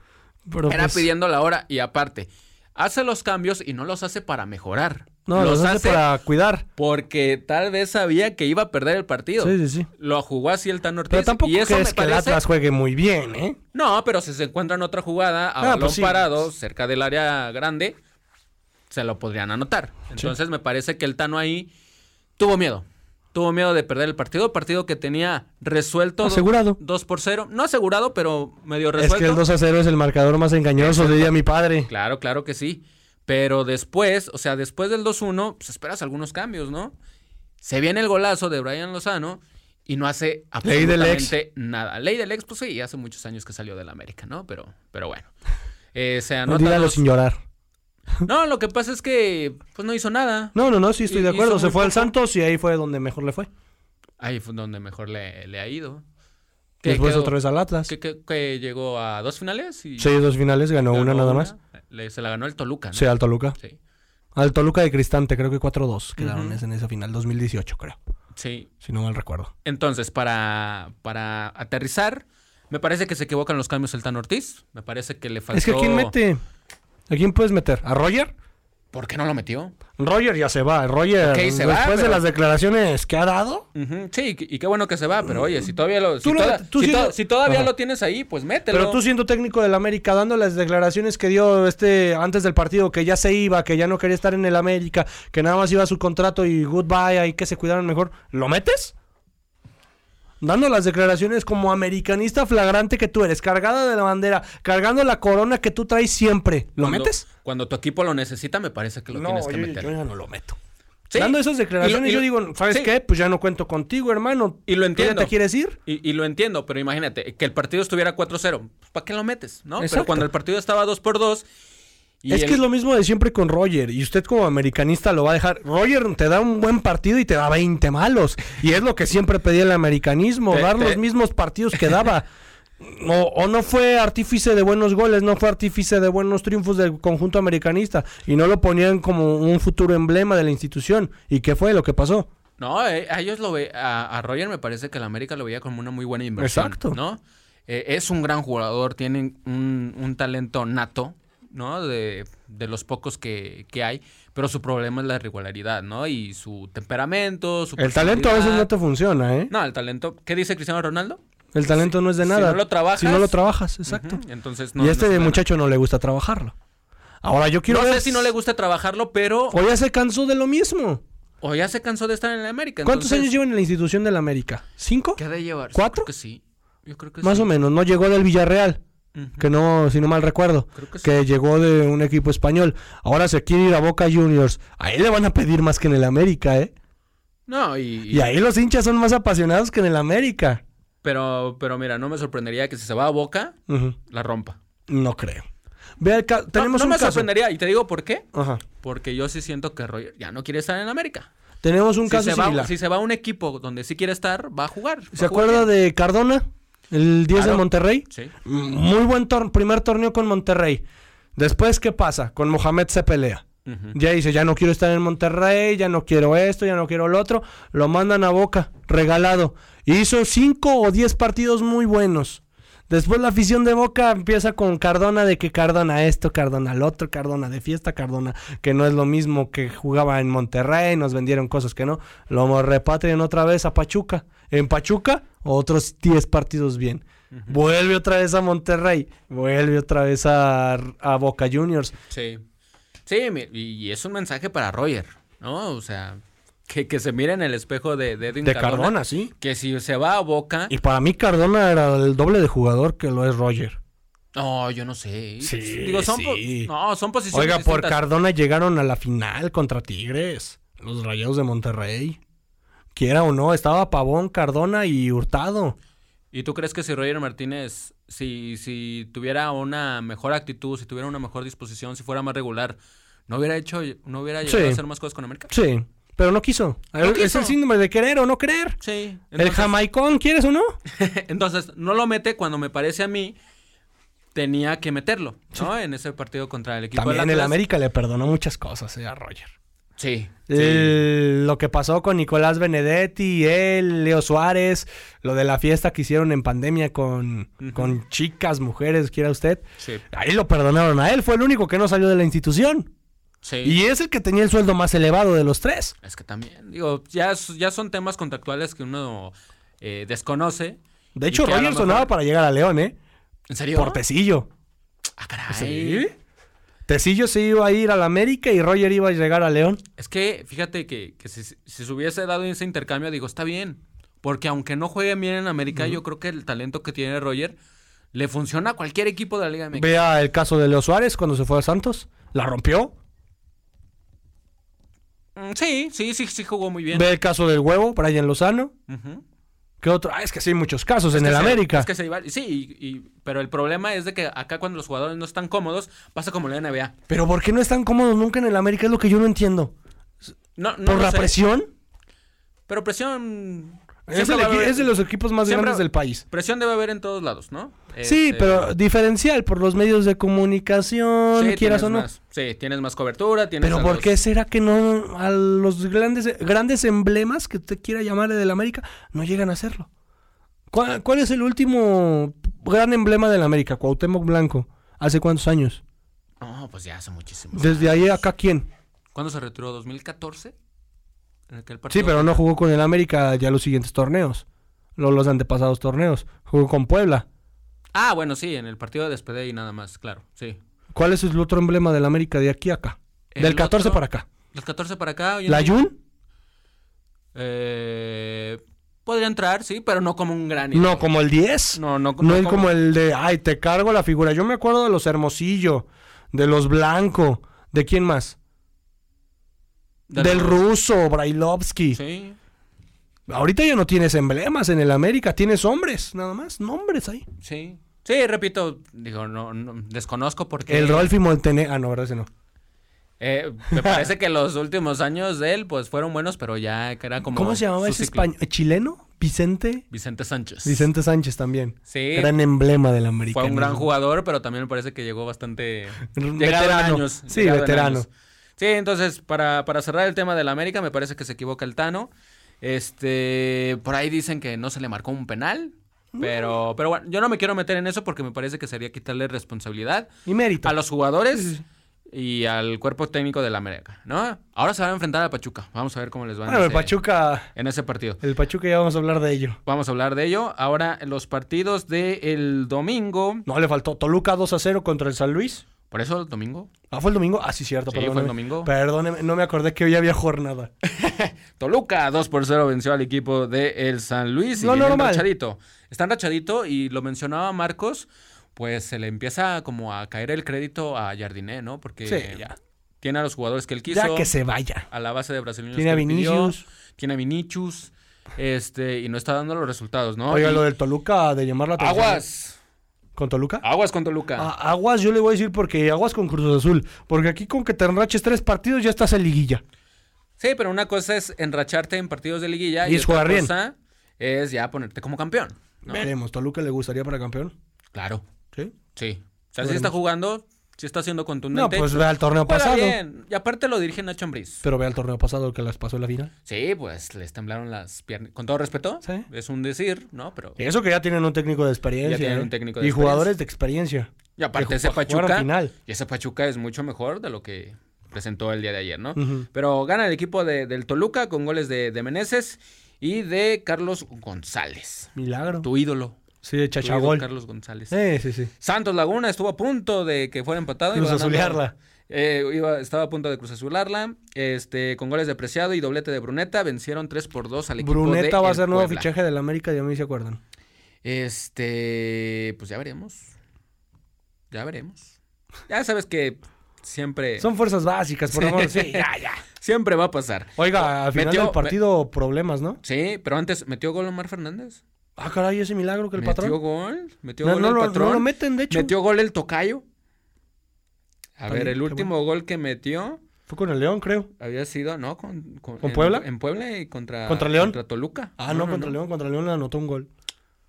Pero
Era
pues,
pidiendo la hora y aparte, hace los cambios y no los hace para mejorar.
no, los hace para cuidar.
porque tal vez sabía que iba a perder el partido.
Sí, sí, sí.
Lo jugó así el Tan Ortiz.
Pero tampoco
y
crees
eso me
que el
parece-
Atlas juege muy bien, ¿eh?
No, pero si se encuentran otra jugada a
Ah,
balón
pues sí.
parado cerca del área grande, se lo podrían anotar. Entonces me parece que el Tano ahí tuvo miedo. Tuvo miedo de perder el partido, partido que tenía resuelto.
Asegurado.
2 por 0. No asegurado, pero medio
Es
resuelto.
que el 2 a 0 es el marcador más engañoso, diría mi padre.
Claro, claro que sí. Pero después, o sea, después del 2-1, pues esperas algunos cambios, ¿no? Se viene el golazo de Brian Lozano y no hace
Ley del ex.
absolutamente nada. Ley del ex, pues sí, hace muchos años que salió del América, ¿no? Pero, pero bueno. Eh, se
No,
anota
Pues dígalo
dos-
sin llorar.
No, lo que pasa es que pues no hizo nada.
No, no, no, sí estoy
Y-
de acuerdo.
hizo
Se
muy
fue al
poco.
Santos y ahí fue donde mejor le fue.
Ahí fue donde mejor le, le ha ido. Que
Después
quedó-
otra vez al Atlas.
que- que- que llegó a dos finales y
Seis dos finales, ganó
ganó
una nada más.
Le- se la ganó el Toluca, ¿no?
Sí, al Toluca.
Sí.
Al Toluca de Cristante, creo que 4-2 quedaron
Ujú.
en esa final, 2018 creo,
Sí.
si no mal recuerdo.
Entonces, para, para aterrizar, me parece que se equivocan los cambios el Tan Ortiz. Me parece que le faltó.
Es que ¿a quién mete? ¿A quién puedes meter? ¿A Roger?
¿Por qué no lo metió?
Roger ya se va, Roger.
Ok, se va,
después de
pero-
las declaraciones que ha dado,
Ujú, Sí, y- y qué bueno que se va, pero oye, si todavía lo. Si,
Tú lo-
toda-
tú
si
sí
to-
lo-
si todavía
Ajá.
lo tienes ahí, pues mételo.
pero tú siendo técnico del América, dando las declaraciones que dio este antes del partido, que ya se iba, que ya no quería estar en el América, que nada más iba a su contrato y goodbye, ahí que se cuidaron mejor, ¿lo metes? Dando las declaraciones como americanista flagrante que tú eres, cargada de la bandera, cargando la corona que tú traes siempre, ¿lo
Cuando-
metes?
Cuando tu equipo lo necesita, me parece que lo tienes que meter.
ya no lo meto.
Sí.
Dando esas declaraciones,
Y lo- y
yo
lo-
digo, ¿sabes
sí.
qué? Pues ya no cuento contigo, hermano.
Y lo
¿Tú ya
entiendo.
te quieres ir?
Y, y lo entiendo, pero imagínate, que el partido estuviera 4-0, pues, ¿para qué lo metes? ¿no?
Exacto.
Pero cuando el partido estaba 2x2... y
es
el-
que es lo mismo de siempre con Roger. Y usted como americanista lo va a dejar. Roger te da un buen partido y te da 20 malos. Y es lo que siempre pedía el americanismo,
Te-
dar
te-
los mismos partidos que daba. O, o no fue artífice de buenos goles, no fue artífice de buenos triunfos del conjunto americanista. Y no lo ponían como un futuro emblema de la institución. ¿Y qué fue lo que pasó?
No, eh, a ellos lo ve, a, a Roger me parece que el América lo veía como una muy buena inversión.
Exacto.
¿no? Eh, es un gran jugador, tiene un, un talento nato, ¿no? De, de los pocos que, que hay, pero su problema es la irregularidad, ¿no? Y su temperamento, su
El talento a veces no te funciona, ¿eh?
personalidad. No, el talento. ¿Qué dice Cristiano Ronaldo?
El talento no es de
si
nada.
no lo trabajas-
Si no lo trabajas, exacto.
Ujú, Entonces no.
y
no
a este
se gana.
muchacho no le gusta trabajarlo. Ahora yo quiero
No
ver
sé si no le gusta trabajarlo, pero.
O ya se cansó de lo mismo.
O ya se cansó de estar en el América.
¿Cuántos
entonces-
años llevan en la institución de la América? ¿Cinco?
¿Qué ha de llevar?
¿Cuatro?
Yo creo que sí. Yo creo que
Más
sí.
o menos. No llegó del Villarreal.
Ujú.
Que no, si no mal recuerdo.
Creo que sí.
Que llegó de un equipo español. Ahora se quiere ir a Boca Juniors. Ahí le van a pedir más que en el América, ¿eh?
No,
Y ahí los hinchas son más apasionados que en el América.
Pero, pero mira, no me sorprendería que si se va a Boca,
Ujú.
la rompa.
No creo. Ve el ca-
No-
Tenemos
no,
un
me
caso.
sorprendería. Y te digo por qué.
Ajá.
Porque yo sí siento que Roger ya no quiere estar en América.
Tenemos un
si,
caso
se va,
similar.
si se va a un equipo donde sí quiere estar, va a jugar.
¿Se acuerda de Cardona? El 10
Claro.
de Monterrey.
Sí.
Mm, Muy buen tor- primer torneo con Monterrey. Después, ¿qué pasa? Con Mohamed se pelea.
Ujú.
Ya dice, ya no quiero estar en Monterrey, ya no quiero esto, ya no quiero lo otro. Lo mandan a Boca, regalado. Hizo cinco o diez partidos muy buenos. Después la afición de Boca empieza con Cardona de que Cardona esto, Cardona lo otro, Cardona de fiesta, Cardona que no es lo mismo que jugaba en Monterrey, nos vendieron cosas que no. Lo repatrian otra vez a Pachuca. En Pachuca, otros 10 partidos bien. Vuelve otra vez a Monterrey, vuelve otra vez a, a Boca Juniors.
Sí. Sí, mi- y y es un mensaje para Roger, ¿no? O sea, que, que se mire en el espejo de, de Edwin
De Cardona, sí.
Que si se va a Boca.
Y para mí Cardona era el doble de jugador que lo es Roger.
No, yo no sé.
Sí,
Digo, son po-
sí.
No, son posiciones.
Oiga, por
distintas.
Cardona llegaron a la final contra Tigres, los Rayados de Monterrey. Quiera o no, estaba Pavón, Cardona y Hurtado.
¿Y tú crees que si Roger Martínez, si, si tuviera una mejor actitud, si tuviera una mejor disposición, si fuera más regular, no hubiera hecho, no hubiera llegado
Sí.
a hacer más cosas con América?
Sí, pero no quiso.
No
es
quiso.
el síndrome de querer o no querer.
Sí.
el jamaicón, ¿quieres o no?
entonces, no lo mete cuando me parece a mí tenía que meterlo, ¿no? En ese partido contra el equipo del
También el
Atlas.
América le perdonó muchas cosas eh, a Roger.
Sí.
Eh, El- lo que pasó con Nicolás Benedetti, él, Leo Suárez, lo de la fiesta que hicieron en pandemia con, con chicas, mujeres, quiera usted.
Sí.
Ahí lo perdonaron a él, fue el único que no salió de la institución.
Sí.
Y es el que tenía el sueldo más elevado de los tres.
Es que también, digo, ya, s- ya son temas contractuales que uno eh, desconoce.
De
Y
hecho,
que a lo
Roger
mejor-
sonaba para llegar a León, ¿eh?
¿En serio?
Por Tecillo.
Ah, caray.
Tecillo se iba a ir al América y Roger iba a llegar a León.
Es que, fíjate que, que si, si se hubiese dado ese intercambio, digo, está bien. Porque aunque no juegue bien en América, yo creo que el talento que tiene Roger le funciona a cualquier equipo de la Liga MX.
Vea el caso de Leo Suárez cuando se fue a Santos. La rompió.
Mm, Sí, sí, sí, sí jugó muy bien.
Ve el caso del huevo, Brian Lozano.
Ujú.
¿Qué otro? Ah, es que sí hay muchos casos en
Es que
el
se-
América.
es que se iba- sí, y- y- pero el problema es de que acá cuando los jugadores no están cómodos, pasa como la NBA.
Pero ¿por qué no están cómodos nunca en el América? Es lo que yo no entiendo.
No, no
¿Por
lo
la
sé,
presión?
Pero presión...
Es,
siempre
el
va a
equi-
haber-
es de los equipos más
siempre-
grandes del país.
Presión debe haber en todos lados, ¿no?
Sí,
Este,
pero diferencial por los medios de
sí,
comunicación, quieras
tienes
o no.
más- sí, tienes más cobertura, tienes...
Pero
a
¿por
los-
qué será que no a los grandes, grandes emblemas que usted quiera llamarle del América no llegan a hacerlo? ¿Cuál, cuál es el último gran emblema del América? Cuauhtémoc Blanco. ¿Hace cuántos años?
No, pues ya hace muchísimo.
Desde ahí acá quién.
¿Cuándo se retiró? ¿2014? En aquel
Sí,
partido.
pero no jugó con el América ya los siguientes torneos. Los, los antepasados torneos. Jugó con Puebla.
Ah, bueno, sí, en el partido de despedida y nada más, claro, sí.
¿Cuál es el otro emblema del América de aquí a acá?
El
Del 14
otro-
para acá.
Los 14 para acá. hoy en
¿La
día,
Jun?
eh, podría entrar, sí, pero no como un gran. ídolo.
No, como el 10.
no, no,
No es como el de, ay, te cargo la figura. Yo me acuerdo de los Hermosillo, de los Blanco, ¿de quién más? Del, ruso, Brailovsky.
Sí.
Ahorita ya no tienes emblemas en el América, tienes hombres, nada más, nombres ahí.
Sí. Sí, repito, digo, no, no- desconozco porque...
El Rolfi Montenegro. Ah, no, ¿verdad? Ese no.
Eh, me parece que los últimos años de él, pues, fueron buenos, pero ya era como...
¿Cómo se llamaba
su
ese
ciclo.
español? Eh, ¿Chileno? Vicente.
Vicente Sánchez.
Vicente Sánchez también.
Sí.
Gran emblema del América.
Fue un gran jugador, pero también me parece que llegó bastante... llegado en
Un veterano.
años,
Sí,
llegado en
veterano.
años. Sí, entonces, para, para cerrar el tema del América, me parece que se equivoca el Tano. Este, por ahí dicen que no se le marcó un penal,
Mm.
pero, pero bueno, yo no me quiero meter en eso porque me parece que sería quitarle responsabilidad
Y mérito.
a los jugadores y al cuerpo técnico del América, ¿no? Ahora se va a enfrentar a Pachuca. Vamos a ver cómo les va en
Bueno, el
ese-
Pachuca.
en ese partido.
El Pachuca ya vamos a hablar de ello.
Vamos a hablar de ello. Ahora, los partidos del domingo.
No, le faltó Toluca 2 a 0 contra el San Luis.
¿Por eso el domingo?
Ah, fue el domingo. Ah, sí, cierto,
Sí, fue el
perdóneme.
domingo.
Perdóneme, no me acordé que hoy había jornada.
Toluca 2 por 0 venció al equipo de el San Luis. Y
Lo
viene
normal.
Rachadito. Están rachadito y lo mencionaba Marcos, pues se le empieza como a caer el crédito a Jardiné, ¿no? Porque
Sí, ya.
tiene a los jugadores que él quiso.
Ya que se vaya.
A la base de brasileños.
Tiene
que
a
él pidió,
Vinicius.
tiene a Vinicius. Este, y no está dando los resultados, ¿no?
Oiga,
Y
lo del Toluca, de llamar la atención.
Aguas. Ah.
¿Con Toluca?
Aguas con Toluca.
A- aguas, yo le voy a decir porque aguas con Cruz Azul. Porque aquí con que te enraches tres partidos ya estás en liguilla.
Sí, pero una cosa es enracharte en partidos de liguilla
Y
y,
es
otra
jugar bien.
cosa es ya ponerte como campeón. ¿no?
Veremos, ¿Toluca le gustaría para campeón?
Claro,
Sí.
sí. O sea, sí está jugando, sí está siendo
No,
contundente.
pues ve al torneo
Juega
pasado.
bien. Y aparte lo dirige Nacho Ambriz.
Pero ve al torneo pasado que las pasó en la final.
Sí, pues les temblaron las piernas. Con todo respeto,
Sí.
es un decir, ¿no? Pero
Y eso que ya tienen un técnico de experiencia.
Ya tienen
¿eh?
un técnico de
y
experiencia.
jugadores de experiencia.
Y aparte
Que
ese
ju- jugaron
Pachuca,
final.
y ese Pachuca es mucho mejor de lo que presentó el día de ayer, ¿no?
Ujú.
Pero gana el equipo de- del Toluca con goles de, de Meneses y de Carlos González,
Milagro.
tu ídolo.
Sí, de
tu ídolo,
Chachagol.
Carlos González.
Eh, sí, sí.
Santos Laguna estuvo a punto de que fuera empatado. iba ganando-
Cruzazulearla.
Eh, iba- estaba a punto de cruzazularla. Este, con goles de Preciado y doblete de Bruneta, vencieron 3 por 2 al equipo de
Bruneta va a
el
ser nuevo
Puebla.
fichaje del América, ya me se acuerdan.
Este, pues ya veremos. Ya veremos. Ya sabes que siempre,
Son fuerzas básicas, por favor. Sí, ya, ya.
siempre va a pasar.
Oiga, al final
Metió-
del partido, problemas, ¿no?
Sí, pero antes metió gol Omar Fernández.
Ah, caray, ese milagro que el
metió
patrón.
gol, metió
No,
gol
no
el
lo, no
patrón.
lo meten, de hecho.
metió gol el Tocayo. A
También,
ver, el
qué
último gol que metió
Fue con el León, creo.
había sido, no, con,
¿Con
en-
Puebla?
En Puebla y contra
¿Contra León?
contra Toluca.
Ah, no, contra León, contra León le anotó un gol.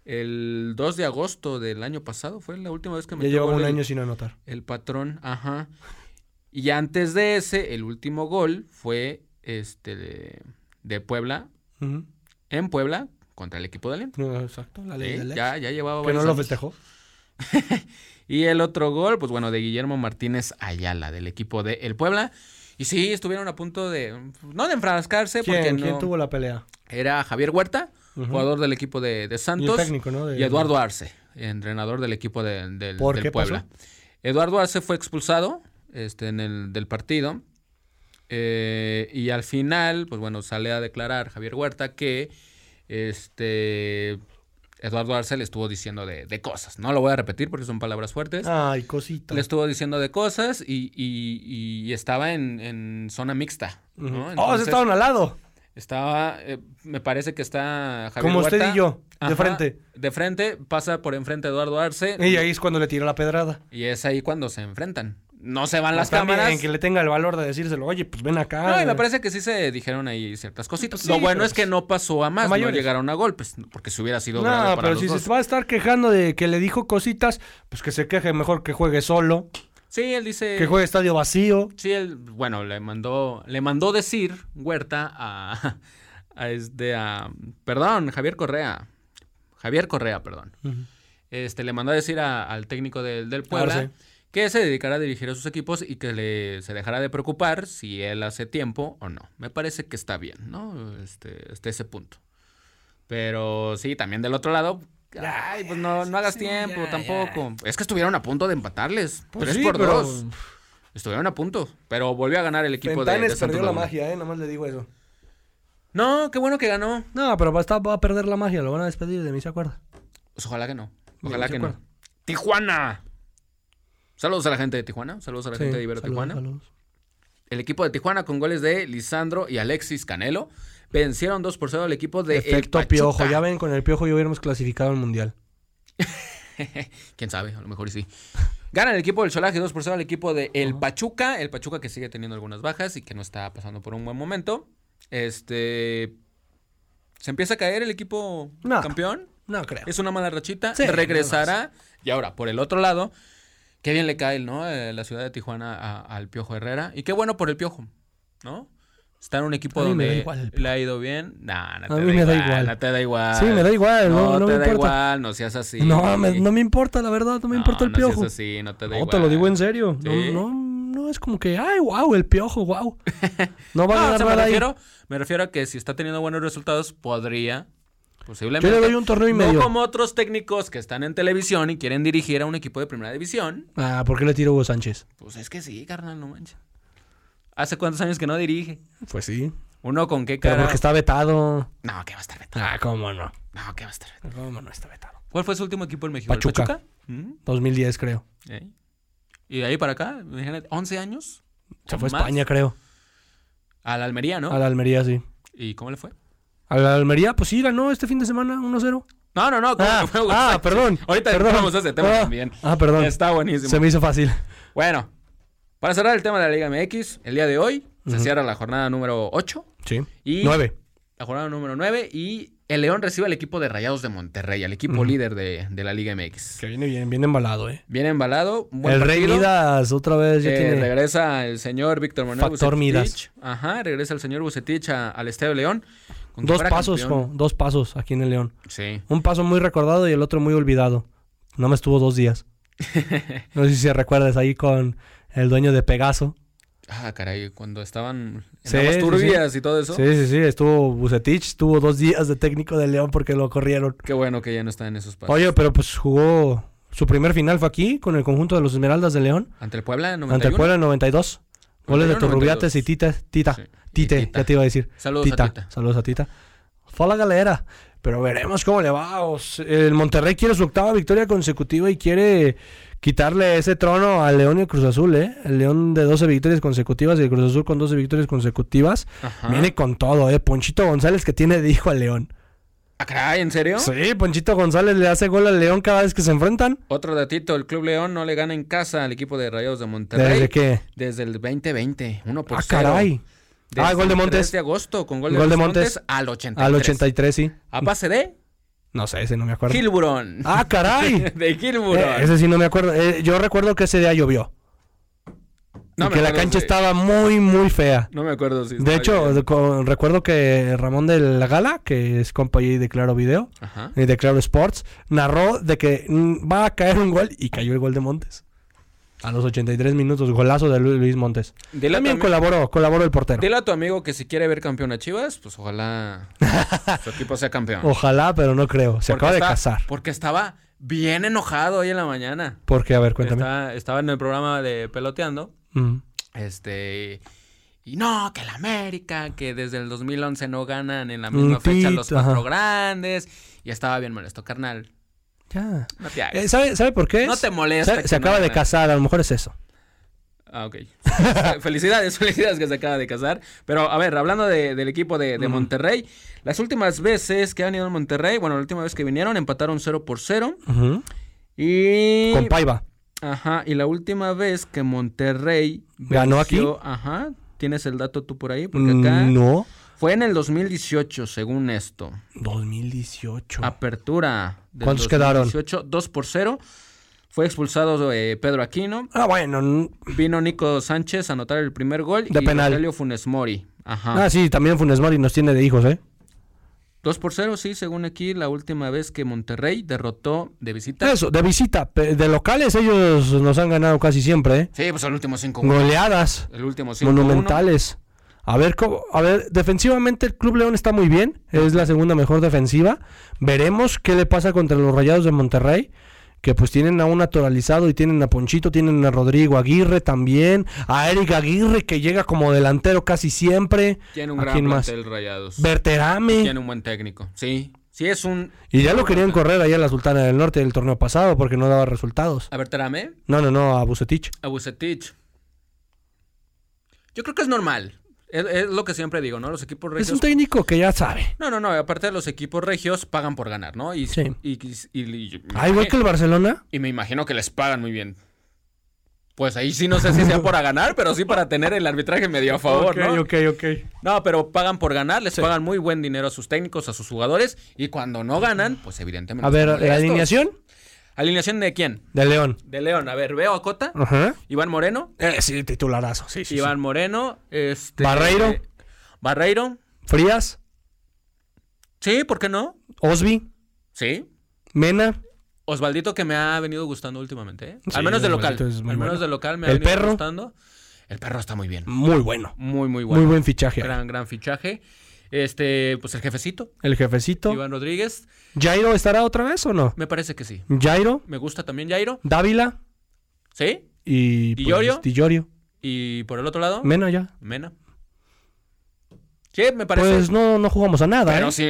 El 2 de agosto del año pasado fue la última vez que
Ya
metió
llevaba
gol
un
el-
año sin anotar.
El patrón, ajá. Y antes de ese, el último gol fue este de, de Puebla,
Ujú.
en Puebla, contra el equipo de León.
No, Exacto, la ley
Sí,
del ex.
Ya, pues, ya llevaba
Que no
varios
lo
años.
festejó.
Y el otro gol, pues bueno, de Guillermo Martínez Ayala, del equipo de El Puebla. Y sí, estuvieron a punto de, no de enfrascarse, porque
¿Quién,
no-
quién tuvo la pelea?
era Javier Huerta,
Ujú.
jugador del equipo de, de
Y el
Santos.
técnico, ¿no? De-
Y Eduardo Arce, entrenador del equipo de- del,
¿Por
del
qué pasó?
Puebla. Eduardo Arce fue expulsado este, en el, del partido. eh, y al final, pues bueno, sale a declarar Javier Huerta que este Eduardo Arce le estuvo diciendo de, de cosas. No lo voy a repetir porque son palabras fuertes.
Ay, cosita.
Le estuvo diciendo de cosas y, y- y estaba en, en zona mixta.
Ujú.
¿no?
oh, se
Entonces,
estaban al lado.
estaba, eh, me parece que está Javier
Como usted
Huerta.
y yo, de
Ajá,
frente.
De frente, pasa por enfrente a Eduardo Arce.
Y ahí es cuando le tiró la pedrada.
Y es ahí cuando se enfrentan. No se van las
Pues también
cámaras.
que le tenga el valor de decírselo, oye, pues ven acá.
No, y me parece que sí se dijeron ahí ciertas cositas.
Pues sí,
Lo bueno
pero
es que
pues,
no pasó a más, no
mayores.
llegaron a golpes, porque si hubiera sido
No,
grave para
pero
los
si
dos.
se va a estar quejando de que le dijo cositas, pues que se queje mejor que juegue solo,
Sí, él dice.
que juegue estadio vacío.
Sí, él, bueno, le mandó, le mandó decir Huerta a, a este, a, perdón, Javier Correa, Javier Correa, perdón. Este, le mandó a decir a- al técnico del, del Puebla
Arce.
que se dedicara a dirigir a sus equipos y que le, se dejara de preocupar si él hace tiempo o no. Me parece que está bien, ¿no? Este, hasta ese punto. Pero sí, también del otro lado. Ay, pues no, no hagas tiempo tampoco. Es que estuvieron a punto de empatarles.
Pues
tres
sí,
por
pero-
dos. Estuvieron a punto, pero volvió a ganar el equipo de, de
Fentanes
Santos
perdió la
Laguna.
magia, eh, nada más le digo eso.
No, qué bueno que ganó.
No, pero va a, estar- va a perder la magia, lo van a despedir, de mí se acuerda.
Pues ojalá que no.
Bien,
Ojalá
sí,
que no.
acuerdo.
Tijuana. Saludos a la gente de Tijuana, saludos a la gente de Ibero Tijuana. El equipo de Tijuana con goles de Lisandro y Alexis Canelo vencieron 2 por 0 al equipo de el
Efecto
Pachuca.
piojo. Ya ven, con el piojo ya hubiéramos clasificado al mundial.
Quién sabe, a lo mejor y sí. Ganan el equipo del Solaje 2 por 0 al equipo de El Pachuca. El Pachuca que sigue teniendo algunas bajas y que no está pasando por un buen momento. Este. ¿Se empieza a caer el equipo
No.
campeón?
No creo.
Es una mala rachita.
Sí,
Regresará. Y ahora, por el otro lado, qué bien le cae, ¿no? Eh, la ciudad de Tijuana a- al Piojo Herrera. Y qué bueno por el Piojo, ¿no? Está en un equipo
A mí me da
donde
igual el Piojo.
le ha ido bien. Nah, no,
A
te
mí me da igual.
No te da igual.
Sí, me da igual, no, no
te
me
da
importa.
igual, no seas así.
no, me- no me importa, la verdad, no me importa el
no seas
piojo.
así, no te da
No,
igual.
te lo digo en serio. No,
Sí.
no, no es como que, ay, wow, el piojo, wow. No va
No, o
a ganar
sea, me
nada ahí.
refiero, me refiero a que si está teniendo buenos resultados, podría, posiblemente.
Yo le doy un torneo y medio.
No como otros técnicos que están en televisión y quieren dirigir a un equipo de primera división.
Ah, ¿por qué le tiro a Hugo Sánchez?
Pues es que sí, carnal, no manches. ¿Hace cuántos años que no dirige?
Pues sí.
¿Uno con qué
Pero
cara?
porque está vetado.
No, que va a estar vetado.
Ah, cómo no.
No, que va a estar vetado.
Cómo no está vetado.
¿Cuál fue su último equipo en México? ¿El
Pachuca.
¿Mm?
2010, creo.
¿Eh? Y de ahí para acá, imagínate, 11 años.
Se fue a
¿Más?
España, creo.
Al Almería, ¿no?
A la Almería, sí.
¿Y cómo le fue?
A la Almería, pues sí, ganó este fin de semana 1-0.
No, no, no. ¿cómo
Ah,
le fue, güey?
ah, perdón.
Ahorita
perdón.
vamos a ese tema
Ah,
también.
Ah, perdón.
Está buenísimo.
Se me hizo fácil.
Bueno, para cerrar el tema de la Liga MX, el día de hoy se cierra la jornada número 8,
Sí.
Y-
9.
la jornada número 9 y el León recibe al equipo de Rayados de Monterrey, al equipo líder de, de la Liga MX.
Que viene bien, bien embalado, eh.
Bien embalado, buen
el Rey
partido.
Midas otra vez ya
Eh,
tiene.
Regresa el señor Víctor Manuel
Factor Midas.
Ajá, regresa el señor Bucetich a- al Estadio León. con que
Dos
fuera
pasos,
campeón.
jo, dos pasos aquí en el León.
Sí.
Un paso muy recordado y el otro muy olvidado. Nada más estuvo dos días. No sé si se recuerdas ahí con el dueño de Pegaso.
Ah, caray, cuando estaban en
Sí,
aguas
sí, sí.
turbias y todo eso.
Sí, sí, sí. Estuvo Bucetich, estuvo dos días de técnico de León porque lo corrieron.
Qué bueno que ya no está en esos pasos.
Oye, pero pues jugó. Su primer final fue aquí con el conjunto de los Esmeraldas de León.
Ante el Puebla, 91.
Ante el Puebla en 92. Goles de
91,
Turrubiates y Tita. Tita.
Sí, y
Tite,
Tita.
ya te iba a decir.
Saludos a
Tita.
Tita.
Saludos a Tita. Fue a la galera. Pero veremos cómo le va. O sea, El Monterrey quiere su octava victoria consecutiva y quiere quitarle ese trono al León y al Cruz Azul, ¿eh? El León de 12 victorias consecutivas y el Cruz Azul con 12 victorias consecutivas.
Ajá.
Viene con todo, ¿eh? Ponchito González que tiene de hijo al León.
Ah, caray, ¿en serio?
Sí, Ponchito González le hace gol al León cada vez que se enfrentan.
Otro datito, el Club León no le gana en casa al equipo de Rayados de Monterrey.
¿Desde qué?
Desde el 2020, 1 por
Ah,
cero.
caray.
Desde
Ah, gol de
el
Montes.
3 de agosto con gol de,
Gol de
Luis
Montes.
al 83.
Al 83, sí.
A pase de
No sé, ese no me acuerdo.
Gilburón.
¡Ah, caray!
de Gilburón.
Eh, ese sí no me acuerdo. Eh, yo recuerdo que ese día llovió.
No
y
me
que la
acuerdo
cancha
si-
estaba muy, muy fea.
No me acuerdo si
De
estaba
hecho,
lloviendo.
co- recuerdo que Ramón de la Gala, que es compa ahí de Claro Video
Ajá.
y de Claro Sports, narró de que mm, va a caer un gol y cayó el gol de Montes. A los 83 minutos, golazo de Lu- Luis Montes.
Dile a, tu
También
ami-
colaboró, colaboró el portero.
dile a tu amigo que si quiere ver campeón a Chivas, pues ojalá su equipo sea campeón.
Ojalá, pero no creo. Se
Porque
acaba de
está-
casar.
Porque estaba bien enojado hoy en la mañana.
Porque, a ver, cuéntame.
Estaba, estaba en el programa de Peloteando.
Mm.
Este. Y no, que el América, que desde el 2011 no ganan en la
Un
misma fecha los
tit, ajá.
cuatro grandes. Y estaba bien molesto, carnal.
Ya.
No te hagas.
Eh, ¿sabe, sabe por qué?
No
es?
te molesta
Se,
que
se
no
acaba de
ganan.
casar, a lo mejor es eso.
Ah, ok. felicidades, felicidades que se acaba de casar. Pero, a ver, hablando de- del equipo de, de Monterrey, las últimas veces que han ido a Monterrey, bueno, la última vez que vinieron empataron 0 por 0.
Ujú.
Y.
Con Paiva.
Ajá, y la última vez que Monterrey
¿Ganó aquí? Mm,
venció- Ajá, tienes el dato tú por ahí, porque acá
No.
fue en el 2018, según esto.
2018.
Apertura. del
¿Cuántos quedaron?
2018, 2 por 0. Fue expulsado eh, Pedro Aquino.
Ah, bueno. n-
Vino Nico Sánchez a anotar el primer gol.
De
y
penal.
Rogelio Funes Mori. Ajá.
Ah, sí, también Funes Mori nos tiene de hijos, ¿eh?
2 por 0, sí, según aquí, la última vez que Monterrey derrotó de visita.
Eso, de visita. pe- De locales ellos nos han ganado casi siempre, ¿eh?
Sí, pues el último 5
Goleadas.
El último 5
Monumentales. A ver, cómo- a ver, defensivamente el Club León está muy bien. Es la segunda mejor defensiva. Veremos qué le pasa contra los Rayados de Monterrey. Que pues tienen a un naturalizado y tienen a Ponchito, tienen a Rodrigo Aguirre también. A Eric Aguirre que llega como delantero casi siempre.
Tiene un
¿A
gran
quién más?
plantel Rayados.
Berterame.
Tiene un buen técnico. Sí, sí es un...
Y ya lo querían correr allá a la Sultana del Norte del torneo pasado porque no daba resultados.
A ver, Terame,
No, no, no, a Bucetich.
a Bucetich. Yo creo que es normal. Es, es lo que siempre digo, ¿no? Los equipos
Es
regios.
un técnico que ya sabe.
No, no, no. Aparte, los equipos regios pagan por ganar, ¿no? Y,
Sí.
y, y- y- y-
Ah, igual que el Barcelona.
y me imagino que les pagan muy bien. Pues ahí sí no sé si sea para ganar, pero sí para tener el arbitraje medio a favor,
ok,
¿no?
ok, ok.
No, pero pagan por ganar, les pagan muy buen dinero a sus técnicos, a sus jugadores, y cuando no ganan, pues evidentemente.
A ver,
están
eh,
molestos.
alineación
¿Alineación de quién?
de León.
De León. A ver, veo a Cota,
Ajá.
Iván Moreno,
Eh, sí, titularazo. Sí, sí. sí.
Iván Moreno, este.
Barreiro.
Barreiro.
Frías,
Sí, ¿por qué no?
Osby,
Sí.
Mena,
Osvaldito que me ha venido gustando últimamente, ¿eh?
Sí,
al menos de local.
Osvaldito es muy
Al menos
bueno.
de local me ha
El
venido
perro.
gustando. El perro está muy bien.
muy bueno.
Muy, muy bueno.
Muy buen fichaje.
gran, gran fichaje. Este, pues el jefecito,
El jefecito.
Iván Rodríguez.
¿Jairo estará otra vez o no?
Me parece que sí.
Jairo,
Me gusta también Jairo.
Dávila
Sí.
y. pues,
¿Dillorio?
Dillorio.
Y por el otro lado,
Mena ya.
Mena. Sí, me parece.
Pues no, no jugamos a nada,
pero
¿eh?
sí,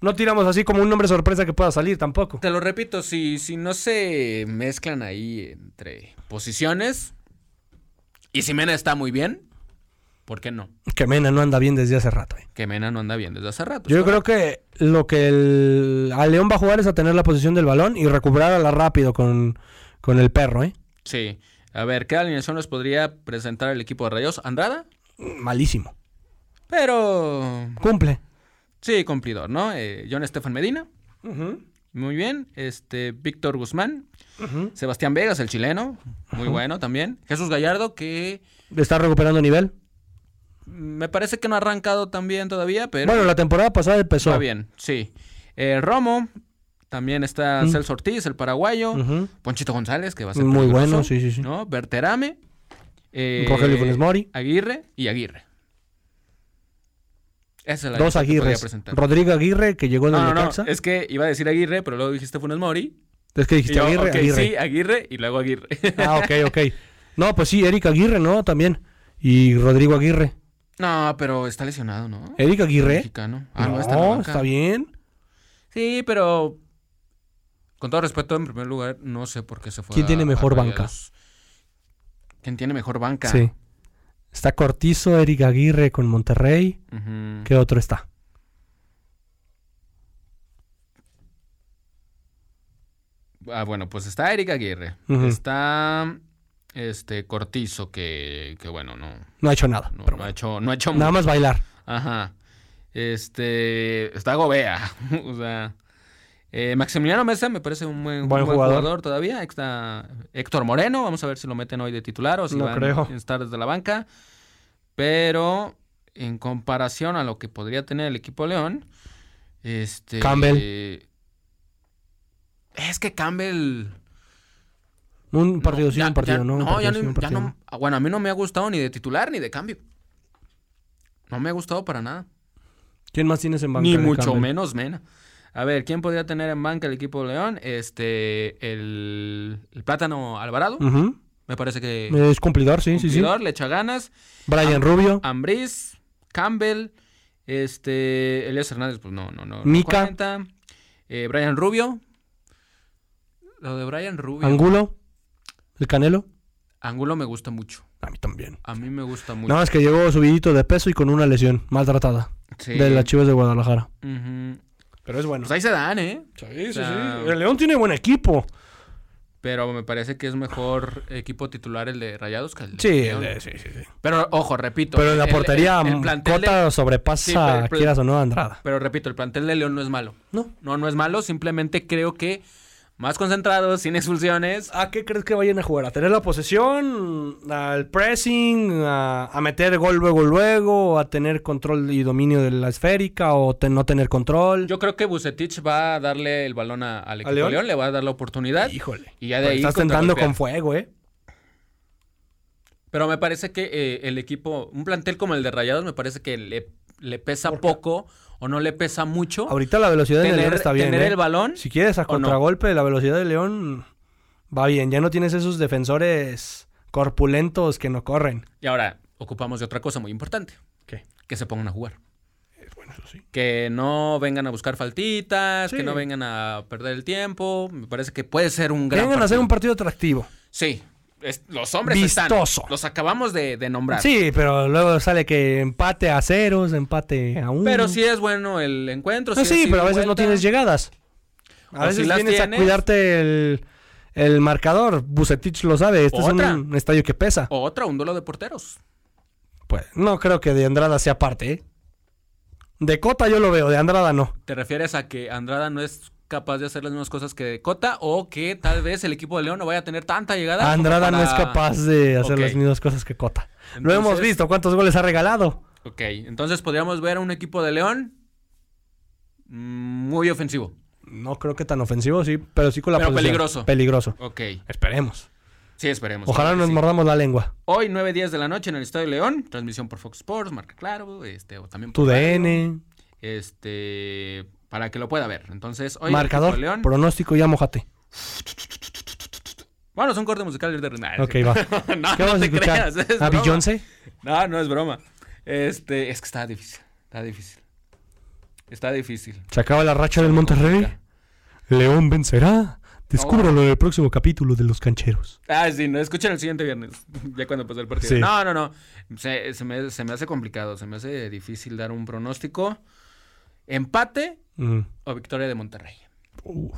No tiramos así como un nombre sorpresa que pueda salir tampoco.
te lo repito, si, si no se mezclan ahí entre posiciones y si Mena está muy bien, ¿por qué no?
Que Mena no anda bien desde hace rato, ¿eh?
Que Mena no anda bien desde hace rato.
Yo creo que lo que el, a León va a jugar es a tener la posición del balón y recuperarla rápido con, con el perro, ¿eh?
Sí. A ver, ¿qué alineación nos podría presentar el equipo de Rayos? Andrada,
Malísimo.
pero
Cumple.
sí, cumplidor, ¿no? Eh, John Estefan Medina, muy bien. Este, Víctor Guzmán, Sebastián Vegas, el chileno, muy bueno también. Jesús Gallardo, que
Está recuperando nivel.
me parece que no ha arrancado tan bien todavía, pero
bueno, la temporada pasada empezó.
va bien, sí. Eh, Romo, también está Celso Ortiz, el paraguayo.
Mm. Ujú.
Ponchito González, que va a ser
Muy
peligroso,
bueno, sí, sí, sí.
¿no? Berterame. eh,
Rogelio Funes Mori.
Aguirre y Aguirre. Esa es la
Dos
lista que podría
Aguirres.
presentar.
Rodrigo Aguirre, que llegó en el
No, no,
Necaxa.
no. Es que iba a decir Aguirre, pero luego dijiste Funes Mori.
Es que
Y
dijiste
yo,
Aguirre,
ok,
Aguirre.
Sí, Aguirre y luego Aguirre.
Ah, ok, ok. No, pues sí, Eric Aguirre, ¿no? También. Y Rodrigo Aguirre.
no, pero está lesionado, ¿no?
¿Eric Aguirre?
Mexicano. Ah, no,
no,
está en la banca.
está bien.
Sí, pero con todo respeto, en primer lugar, no sé por qué se fue.
¿Quién
a-
tiene
a
mejor banca?
Rayados. ¿Quién tiene mejor banca?
Sí. Está Cortizo, Eric Aguirre con Monterrey.
Ujú.
¿Qué otro está?
Ah, bueno, pues está Eric Aguirre.
Ujú.
Está este Cortizo, que, que bueno, no,
No ha hecho nada.
no, no
pero bueno.
ha hecho, no ha hecho
Nada más bailar.
Ajá. Este. Está Gobea. o sea. eh, Maximiliano Mesa me parece un buen, un
Buen
buen
jugador.
jugador. todavía. Está Héctor Moreno. Vamos a ver si lo meten hoy de titular o si
No
van
creo.
a estar desde la banca. Pero en comparación a lo que podría tener el equipo León. Este.
Campbell.
eh, es que Campbell.
Un
no,
partido sí,
ya-
un partido
ya-
no. un
No, ya,
partido sí,
no,
un
ya
partido
no- ah, Bueno, a mí no me ha gustado ni de titular ni de cambio. No me ha gustado para nada.
¿Quién más tienes en banca?
Ni
de
mucho
Campbell?
menos Mena. A ver, ¿quién podría tener en banca el equipo de León? Este, el, el plátano Alvarado.
Ujú.
Me parece que
Es cumplidor, sí,
cumplidor, Ah, le echa ganas.
sí, sí. Brian Rubio.
Ambriz, Campbell, este, Elias Hernández, pues no, no, no. no
Mica.
cuenta. Eh, Brian Rubio. Lo de Brian Rubio.
Angulo. El Canelo.
Angulo me gusta mucho.
A mí también.
A mí me gusta mucho.
Nada más que llegó subidito de peso y con una lesión maltratada
Sí.
de las Chivas de Guadalajara.
Ujú.
Pero es bueno.
Pues ahí se dan, ¿eh?
Sí, sí, sí.
sea-
El León tiene buen equipo.
Pero me parece que es mejor equipo titular el de Rayados que el de
Sí,
León.
sí, sí,
Pero ojo, repito.
Pero en la
el- el-
portería, mm,
el plantel de-
Cota
Sí, pero
sobrepasa,
el pl-
quieras o no, a Andrada.
pero repito, el plantel de León no es malo.
No.
No, no es malo. Simplemente creo que más concentrados, sin expulsiones.
¿A qué crees que vayan a jugar? ¿A tener la posesión? ¿Al pressing? ¿A, a meter gol luego, luego? ¿A tener control y dominio de la esférica? ¿O te- no tener control?
Yo creo que Bucetich va a darle el balón a- al equipo de
León?
León? le va a dar la oportunidad.
Híjole.
Y ya de
Pero
ahí
estás tentando
contragolpear.
con fuego, ¿eh?
Pero me parece que eh, el equipo, un plantel como el de Rayados, me parece que le, le pesa poco o no le pesa mucho
Ahorita la velocidad del León
tener,
está bien.
tener
¿eh?
el balón.
Si quieres a
no?
contragolpe de la velocidad de León, va bien. Ya no tienes esos defensores corpulentos que no corren.
Y ahora ocupamos de otra cosa muy importante.
¿Qué? Eh,
Que se pongan a jugar.
Bueno, eso sí.
Que no vengan a buscar faltitas,
Sí.
que no vengan a perder el tiempo. Me parece que puede ser un gran
Vengan a hacer
partido.
un partido atractivo.
Sí, es- los hombres
Vistoso.
están. Los acabamos de, de nombrar.
Sí, pero luego sale que empate a ceros, empate a uno.
Pero sí es bueno el encuentro.
No,
sí es
Ah, sí,
ida
pero a
y
veces no
vuelta.
tienes llegadas.
O
A veces
si las
vienes
tienes-
a cuidarte el, el marcador. Bucetich lo sabe. Este
Otra.
es un estadio que pesa.
O otra, un duelo de porteros.
Pues no creo que de Andrada sea parte. ¿eh? De Cota yo lo veo, de Andrada no.
¿Te refieres a que Andrada no es capaz de hacer las mismas cosas que Cota? ¿O que tal vez el equipo de León no vaya a tener tanta llegada? como
Andrada no
para-
es capaz de hacer
Ok.
las mismas cosas que Cota. lo
Entonces-
hemos visto, cuántos goles ha regalado.
Ok, entonces podríamos ver a un equipo de León mm, muy ofensivo.
No creo que tan ofensivo, sí, pero sí con la
Pero
posición.
peligroso.
Peligroso.
Ok,
Esperemos.
sí, esperemos.
Ojalá
Claro que
nos
sí.
mordamos la lengua.
Hoy, 9.10 de la noche en el Estadio León. Transmisión por Fox Sports, Marca Claro, este, o también por
Tu
radio,
DN,
Este, para que lo pueda ver. Entonces, hoy el
marcador,
equipo de León.
pronóstico, ya mojate.
Vámonos a un corte musical de Renal.
Ok, va.
no,
¿Qué
Ah, no
vamos a
te
escuchar?
creas. es
¿A
broma.
Beyoncé?
No, no es broma. Este, es que está difícil. Está difícil. Está difícil.
Se acaba la racha del Monterrey. León vencerá. Descúbralo en el próximo capítulo de Los Cancheros.
Ah, sí, no, escuchen el siguiente viernes, ya cuando pase el partido.
Sí.
No, no, no. Se, se me, se me hace complicado, se me hace difícil dar un pronóstico. ¿Empate
Mm.
o victoria de Monterrey?
Uf.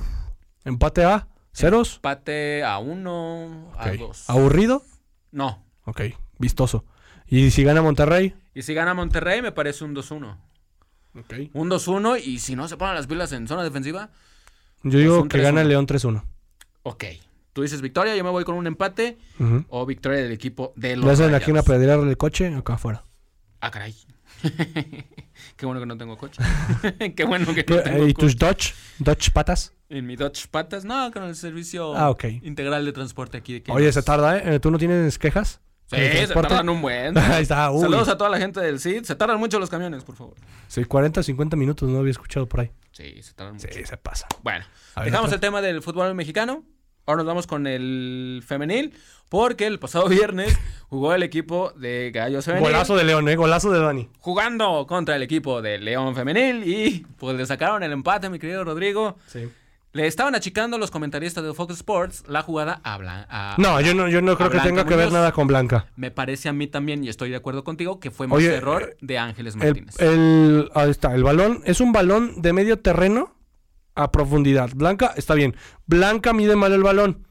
Empate a ceros.
Empate a uno,
Ok.
a dos.
Aburrido.
No.
Ok, vistoso. ¿Y si gana Monterrey?
Y si gana Monterrey, me parece un 2-1. Un 2-1, y si no se ponen las pilas en zona defensiva,
Yo
Es
digo
un
que gana
3-1.
León 3-1.
ok. Tú dices victoria, yo me voy con un empate
Ujú.
o victoria del equipo de los
Le hacen aquí una
Rayados.
pedrera del coche acá afuera.
Ah, caray. Qué bueno que no tengo coche. Qué bueno que
¿Qué-
no tengo
¿Y
coche.
tus Dodge? ¿Dodge patas?
En mi Dodge Patas, no, con el servicio
Ah, ok.
integral de transporte aquí de Querétaro.
Oye, se tarda, ¿eh? ¿Tú no tienes quejas?
Sí,
¿Con el
se
transporte?
tardan un buen.
Ahí está, uy.
Saludos a toda la gente del CID. Se tardan mucho los camiones, por favor.
Sí, 40 o 50 minutos, no había escuchado por ahí.
Sí, se tardan mucho.
Sí, se pasa.
Bueno,
A ver,
dejamos
otra.
el tema del fútbol mexicano. Ahora nos vamos con el femenil, porque el pasado viernes jugó el equipo de Gallos Femenil.
Golazo de León, ¿eh? Golazo de Dani.
Jugando contra el equipo de León Femenil y pues le sacaron el empate, mi querido Rodrigo.
Sí.
Le estaban achicando los comentaristas de Fox Sports la jugada a, Blan- a-
No, yo no, yo no creo que
Blanca
tenga que ver
Muñoz.
nada con Blanca.
Me parece a mí también, y estoy de acuerdo contigo, que fue más
Oye, eh,
error de Ángeles
El, eh,
Martínez.
el- ahí está, el balón es un balón de medio terreno a profundidad. Blanca, está bien. Blanca mide mal el balón.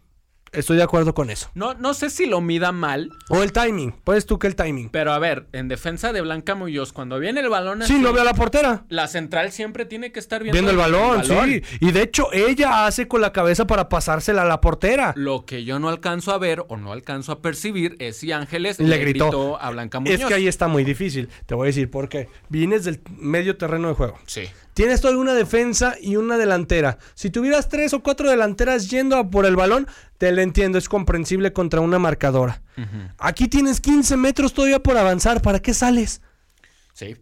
Estoy de acuerdo con eso.
no, no sé si lo mida mal,
O el timing. Puedes tú que el timing.
pero a ver, en defensa de Blanca Muñoz, cuando viene el balón así,
Sí, no veo a la portera.
la central siempre tiene que estar viendo,
Viendo el balón, sí. Y de hecho, ella hace con la cabeza para pasársela a la portera.
Lo que yo no alcanzo a ver o no alcanzo a percibir es si Ángeles
Le
le,
gritó.
gritó. a Blanca Muñoz.
Es que ahí está muy difícil. Te voy a decir por qué. Vienes del medio terreno de juego.
Sí.
Tienes toda una defensa y una delantera. Si tuvieras tres o cuatro delanteras yendo a por el balón, te lo entiendo, es comprensible contra una marcadora. Aquí tienes 15 metros todavía por avanzar, ¿para qué sales?
Sí.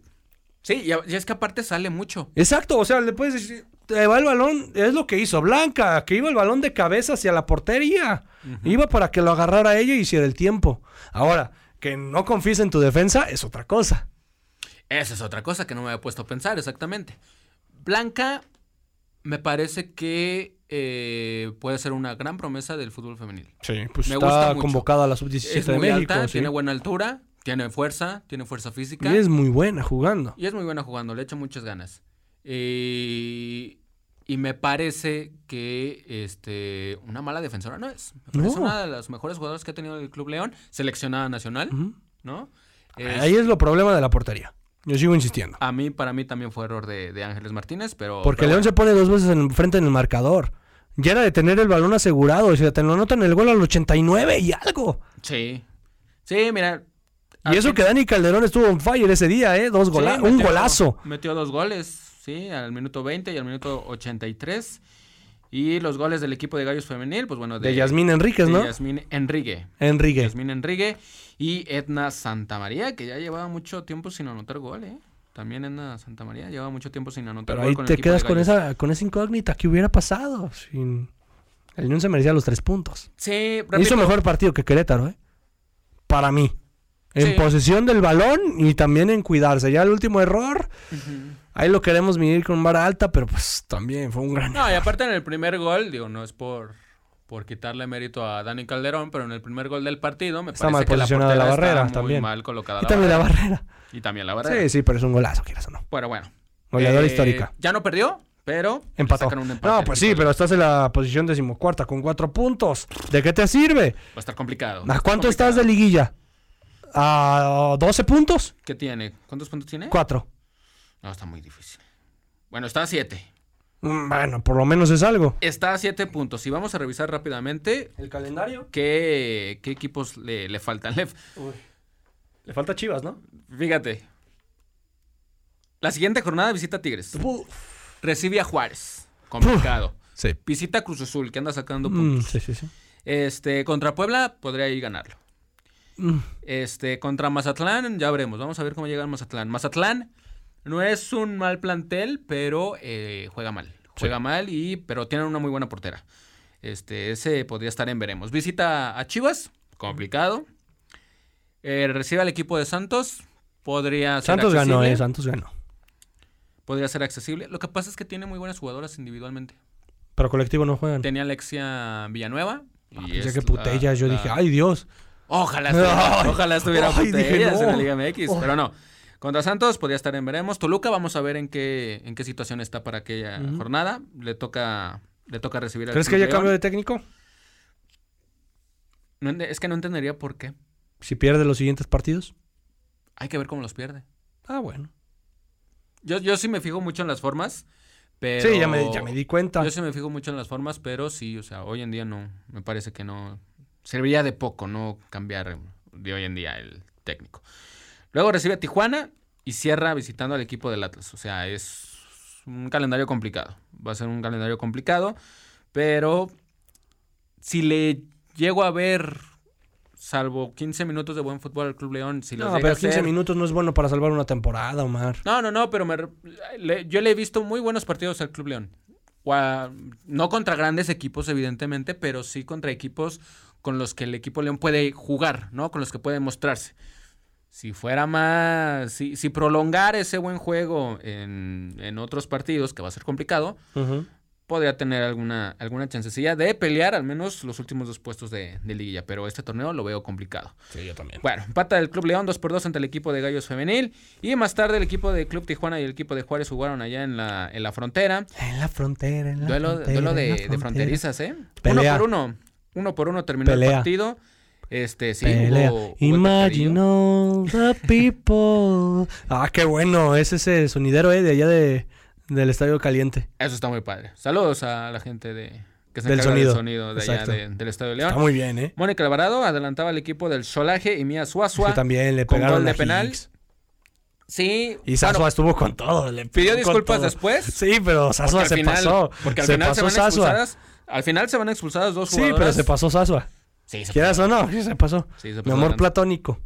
Sí, y, a- y es que aparte sale mucho.
Exacto, o sea, le puedes decir, te va el balón, es lo que hizo Blanca, que iba el balón de cabeza hacia la portería. Iba para que lo agarrara ella y hiciera el tiempo. Ahora, que no confíes en tu defensa es otra cosa.
Esa es otra cosa que no me había puesto a pensar, exactamente. Blanca me parece que eh, puede ser una gran promesa del fútbol femenil.
Sí, pues
Me gusta
está
mucho.
convocada a la sub-17
es
de
muy
México.
alta,
sí.
tiene buena altura, tiene fuerza, tiene fuerza física
Y es muy buena jugando.
muy buena jugando, le echo muchas ganas. Eh, y me parece que este una mala defensora no es. Me parece
No.
una de las mejores jugadoras que ha tenido el Club León, seleccionada nacional,
Ujú.
¿no? Es-
Ahí es lo problema de la portería. Yo sigo insistiendo.
A mí, para mí también fue error de, de Ángeles Martínez, pero...
Porque
Oh, pero
León
bueno.
se pone dos veces en frente en el marcador. Ya era de tener el balón asegurado. O sea, te lo notan el gol al 89 y algo.
Sí. Sí, mira.
Y eso que Dani Calderón estuvo on fire ese día, ¿eh? Dos
Sí,
gola- un
metió-
golazo.
Metió dos goles, sí, al minuto 20 y al minuto 83. Y los goles del equipo de Gallos Femenil, pues bueno, de...
De Yasmín Enríquez,
de
¿no?
Yasmín Enrique.
Enrique.
Yasmín Enrique y Edna Santamaría, que ya llevaba mucho tiempo sin anotar gol, ¿eh? También Edna Santamaría llevaba mucho tiempo sin anotar
Pero
gol
ahí
con el
te
equipo
quedas
de
con
Gallos.
esa, con esa incógnita. ¿Qué hubiera pasado? Sin... El León se merecía los tres puntos.
Sí, repito,
Hizo mejor partido que Querétaro, ¿eh? Para mí. En
Sí.
posesión del balón y también en cuidarse. Ya el último error, ahí lo queremos medir con vara alta, pero pues también fue un gran...
No, y aparte en el primer gol, digo, no es por, por quitarle mérito a Dani Calderón, pero en el primer gol del partido me
Está
parece
mal
que la
posicionada la
portera
barrera
está muy
también.
mal colocada
Y
la
también la
barrera.
barrera.
y también la barrera.
Sí, sí, pero es un golazo, quieras o no.
Bueno, bueno.
Goleadora
Eh,
histórica.
Ya no perdió, pero le
Empató.
sacan un empate.
No, pues sí, pero estás en la posición decimocuarta con cuatro puntos. ¿De qué te sirve?
Va a estar complicado.
¿A cuánto
Complicado.
estás de liguilla? ¿A 12 puntos?
¿Qué tiene? ¿Cuántos puntos tiene?
Cuatro.
No, está muy difícil. Bueno, está a 7.
Mm, Bueno, por lo menos es algo.
Está a 7 puntos. Y vamos a revisar rápidamente
¿El calendario?
qué, qué equipos le, le faltan. Le-
Le falta Chivas, ¿no?
fíjate. La siguiente jornada visita a Tigres. Recibe a Juárez. Complicado.
Sí.
Visita a Cruz Azul, que anda sacando puntos.
Mm, sí, sí, sí.
Este, contra Puebla podría ir ganarlo.
Mm.
Este, contra Mazatlán, ya veremos. Vamos a ver cómo llega el Mazatlán. Mazatlán no es un mal plantel, pero eh, juega mal. Juega mal, y, pero tienen una muy buena portera. Este, ese podría estar en veremos. Visita a Chivas, complicado. Eh, recibe al equipo de Santos. Podría ser
Santos ganó,
accesible.
eh. Santos ganó.
Podría ser accesible. Lo que pasa es que tiene muy buenas jugadoras individualmente.
Pero colectivo no juegan. Ah, pues
Tenía Alexia Villanueva. y
Ya
es
que
la-
putella, yo
la-
dije, ay Dios.
Ojalá estuviera,
Ay,
ojalá estuviera
ay, dije,
Putellas en
no.
la Liga MX,
Oh.
pero no. Contra Santos podría estar en veremos. Toluca, vamos a ver en qué, en qué situación está para aquella
Ujú.
jornada. Le toca, le toca recibir al
¿Crees que haya
campeón.
cambio de técnico?
No ente- es que no entendería por qué.
Si pierde los siguientes partidos.
Hay que ver cómo los pierde.
Ah, bueno.
Yo, yo sí me fijo mucho en las formas, pero.
Sí, ya me, ya me di cuenta.
Yo sí me fijo mucho en las formas, pero sí, o sea, hoy en día no. Me parece que no. Serviría de poco no cambiar de hoy en día el técnico. Luego recibe a Tijuana y cierra visitando al equipo del Atlas. O sea, es un calendario complicado. Va a ser un calendario complicado, pero si le llego a ver, salvo 15 minutos de buen fútbol al Club León, si los
No,
llega a
pero
hacer-
15 minutos no es bueno para salvar una temporada, Omar.
no, no, no, pero me re- le- yo le he visto muy buenos partidos al Club León. O a- no contra grandes equipos, evidentemente, pero sí contra equipos con los que el equipo León puede jugar, ¿no? Con los que puede mostrarse. Si fuera más, si, si prolongar ese buen juego en, en otros partidos, que va a ser complicado,
Ujú.
podría tener alguna, alguna chancecilla de pelear al menos los últimos dos puestos de, de liguilla, pero este torneo lo veo complicado.
Sí, yo también.
Bueno, empata del Club León 2 por 2 ante el equipo de Gallos Femenil. Y más tarde el equipo de Club Tijuana y el equipo de Juárez jugaron allá en la, en la frontera.
En la frontera, en la
Duelo,
frontera.
duelo de,
en la
de
frontera.
fronterizas, ¿eh? Uno
Pelea.
por uno. Uno por uno terminó el
Pelea.
partido. Este, sí,
Pelea.
hubo- hubo
Imagine
pecadillo.
all the people. ah, qué bueno. Es ese sonidero, eh, de allá de, del Estadio Caliente.
Eso está muy padre. Saludos a la gente de que se
Del
encarga
sonido.
del sonido de allá
Exacto.
de- del Estadio de
Está
León.
muy bien, eh.
Mónica Alvarado adelantaba al equipo del Solaje y Mía
Es que
Suazua.
también le
con
pegaron
gol de
a
penal.
Higgs.
Sí,
Y Sasua
bueno,
estuvo con todo. le
pidió
pegó con
disculpas
todo.
después.
Sí, pero Sasua
Porque
se
al final-
pasó.
Porque al
se
final se
pasó
van
Sasua.
expulsadas. Al final se van expulsadas dos
Sí, pero
jugadoras.
se pasó Sasua.
Sí, se
Quieras
pasó.
o no, sí se pasó.
Sí, se
Mi
pasó
amor
adelante.
platónico.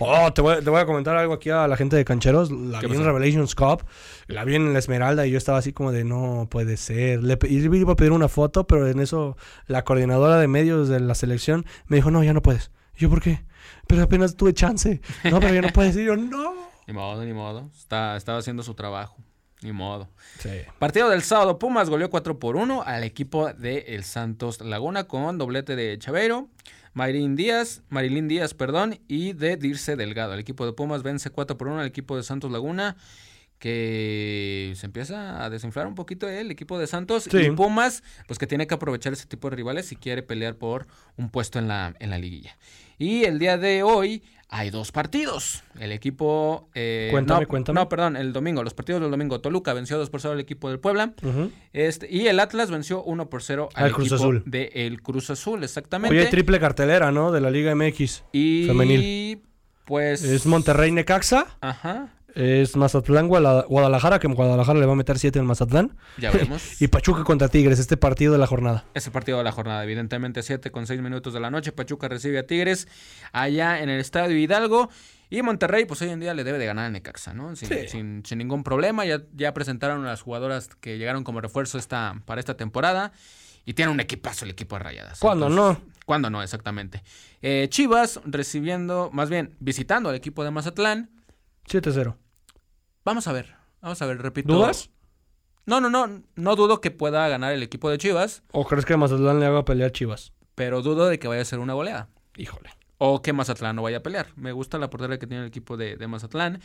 Oh, te voy, te voy a comentar algo aquí a la gente de Cancheros. La
¿Qué
vi en
pasó?
Revelations Cup, la vi en la Esmeralda y yo estaba así como de no puede ser. Le pe- y le iba a pedir una foto, pero en eso la coordinadora de medios de la selección me dijo, no, ya no puedes. Y yo, ¿por qué? Pero apenas tuve chance. No, pero ya no puedes. Y yo, no.
Ni modo, ni modo. Está, estaba haciendo su trabajo. Ni modo.
Sí.
Partido del sábado, Pumas goleó 4 por 1 al equipo de El Santos Laguna con doblete de Chaveiro, Marilín Díaz, Marilín Díaz, perdón, y de Dirce Delgado. El equipo de Pumas vence 4 por 1 al equipo de Santos Laguna, que se empieza a desinflar un poquito el equipo de Santos.
Sí.
Y Pumas, pues que tiene que aprovechar ese tipo de rivales si quiere pelear por un puesto en la, en la liguilla. Y el día de hoy hay dos partidos. El equipo... eh,
Cuéntame,
no,
cuéntame.
No, perdón, el domingo, los partidos del domingo. Toluca venció 2 por 0 al equipo del Puebla.
Ujú.
Este, y el Atlas venció 1 por 0 al,
Al Cruz
equipo
Azul.
de el Cruz Azul, exactamente.
Hoy hay triple cartelera, ¿no? De la Liga MX.
y
femenil.
pues
Es Monterrey Necaxa.
Ajá.
Es Mazatlán Guala- Guadalajara, que en Guadalajara le va a meter 7 en Mazatlán.
Ya veremos.
Y Pachuca contra Tigres, este partido de la jornada.
Ese partido de la jornada, evidentemente, 7 con 6 minutos de la noche. Pachuca recibe a Tigres allá en el estadio Hidalgo. Y Monterrey, pues hoy en día le debe de ganar al Necaxa, ¿no? Sin,
Sí.
sin- sin ningún problema. Ya, ya presentaron a las jugadoras que llegaron como refuerzo esta, para esta temporada. Y tiene un equipazo el equipo de Rayadas.
¿Cuándo
Entonces,
no?
¿Cuándo no? Exactamente. Eh, Chivas recibiendo, más bien, visitando al equipo de Mazatlán.
7-0.
Vamos a ver. Vamos a ver, repito.
¿Dudas?
No, no, no. No dudo que pueda ganar el equipo de Chivas,
¿O crees que Mazatlán le haga pelear Chivas?
pero dudo de que vaya a ser una goleada.
Híjole.
O que Mazatlán no vaya a pelear. Me gusta la portería que tiene el equipo de, de Mazatlán.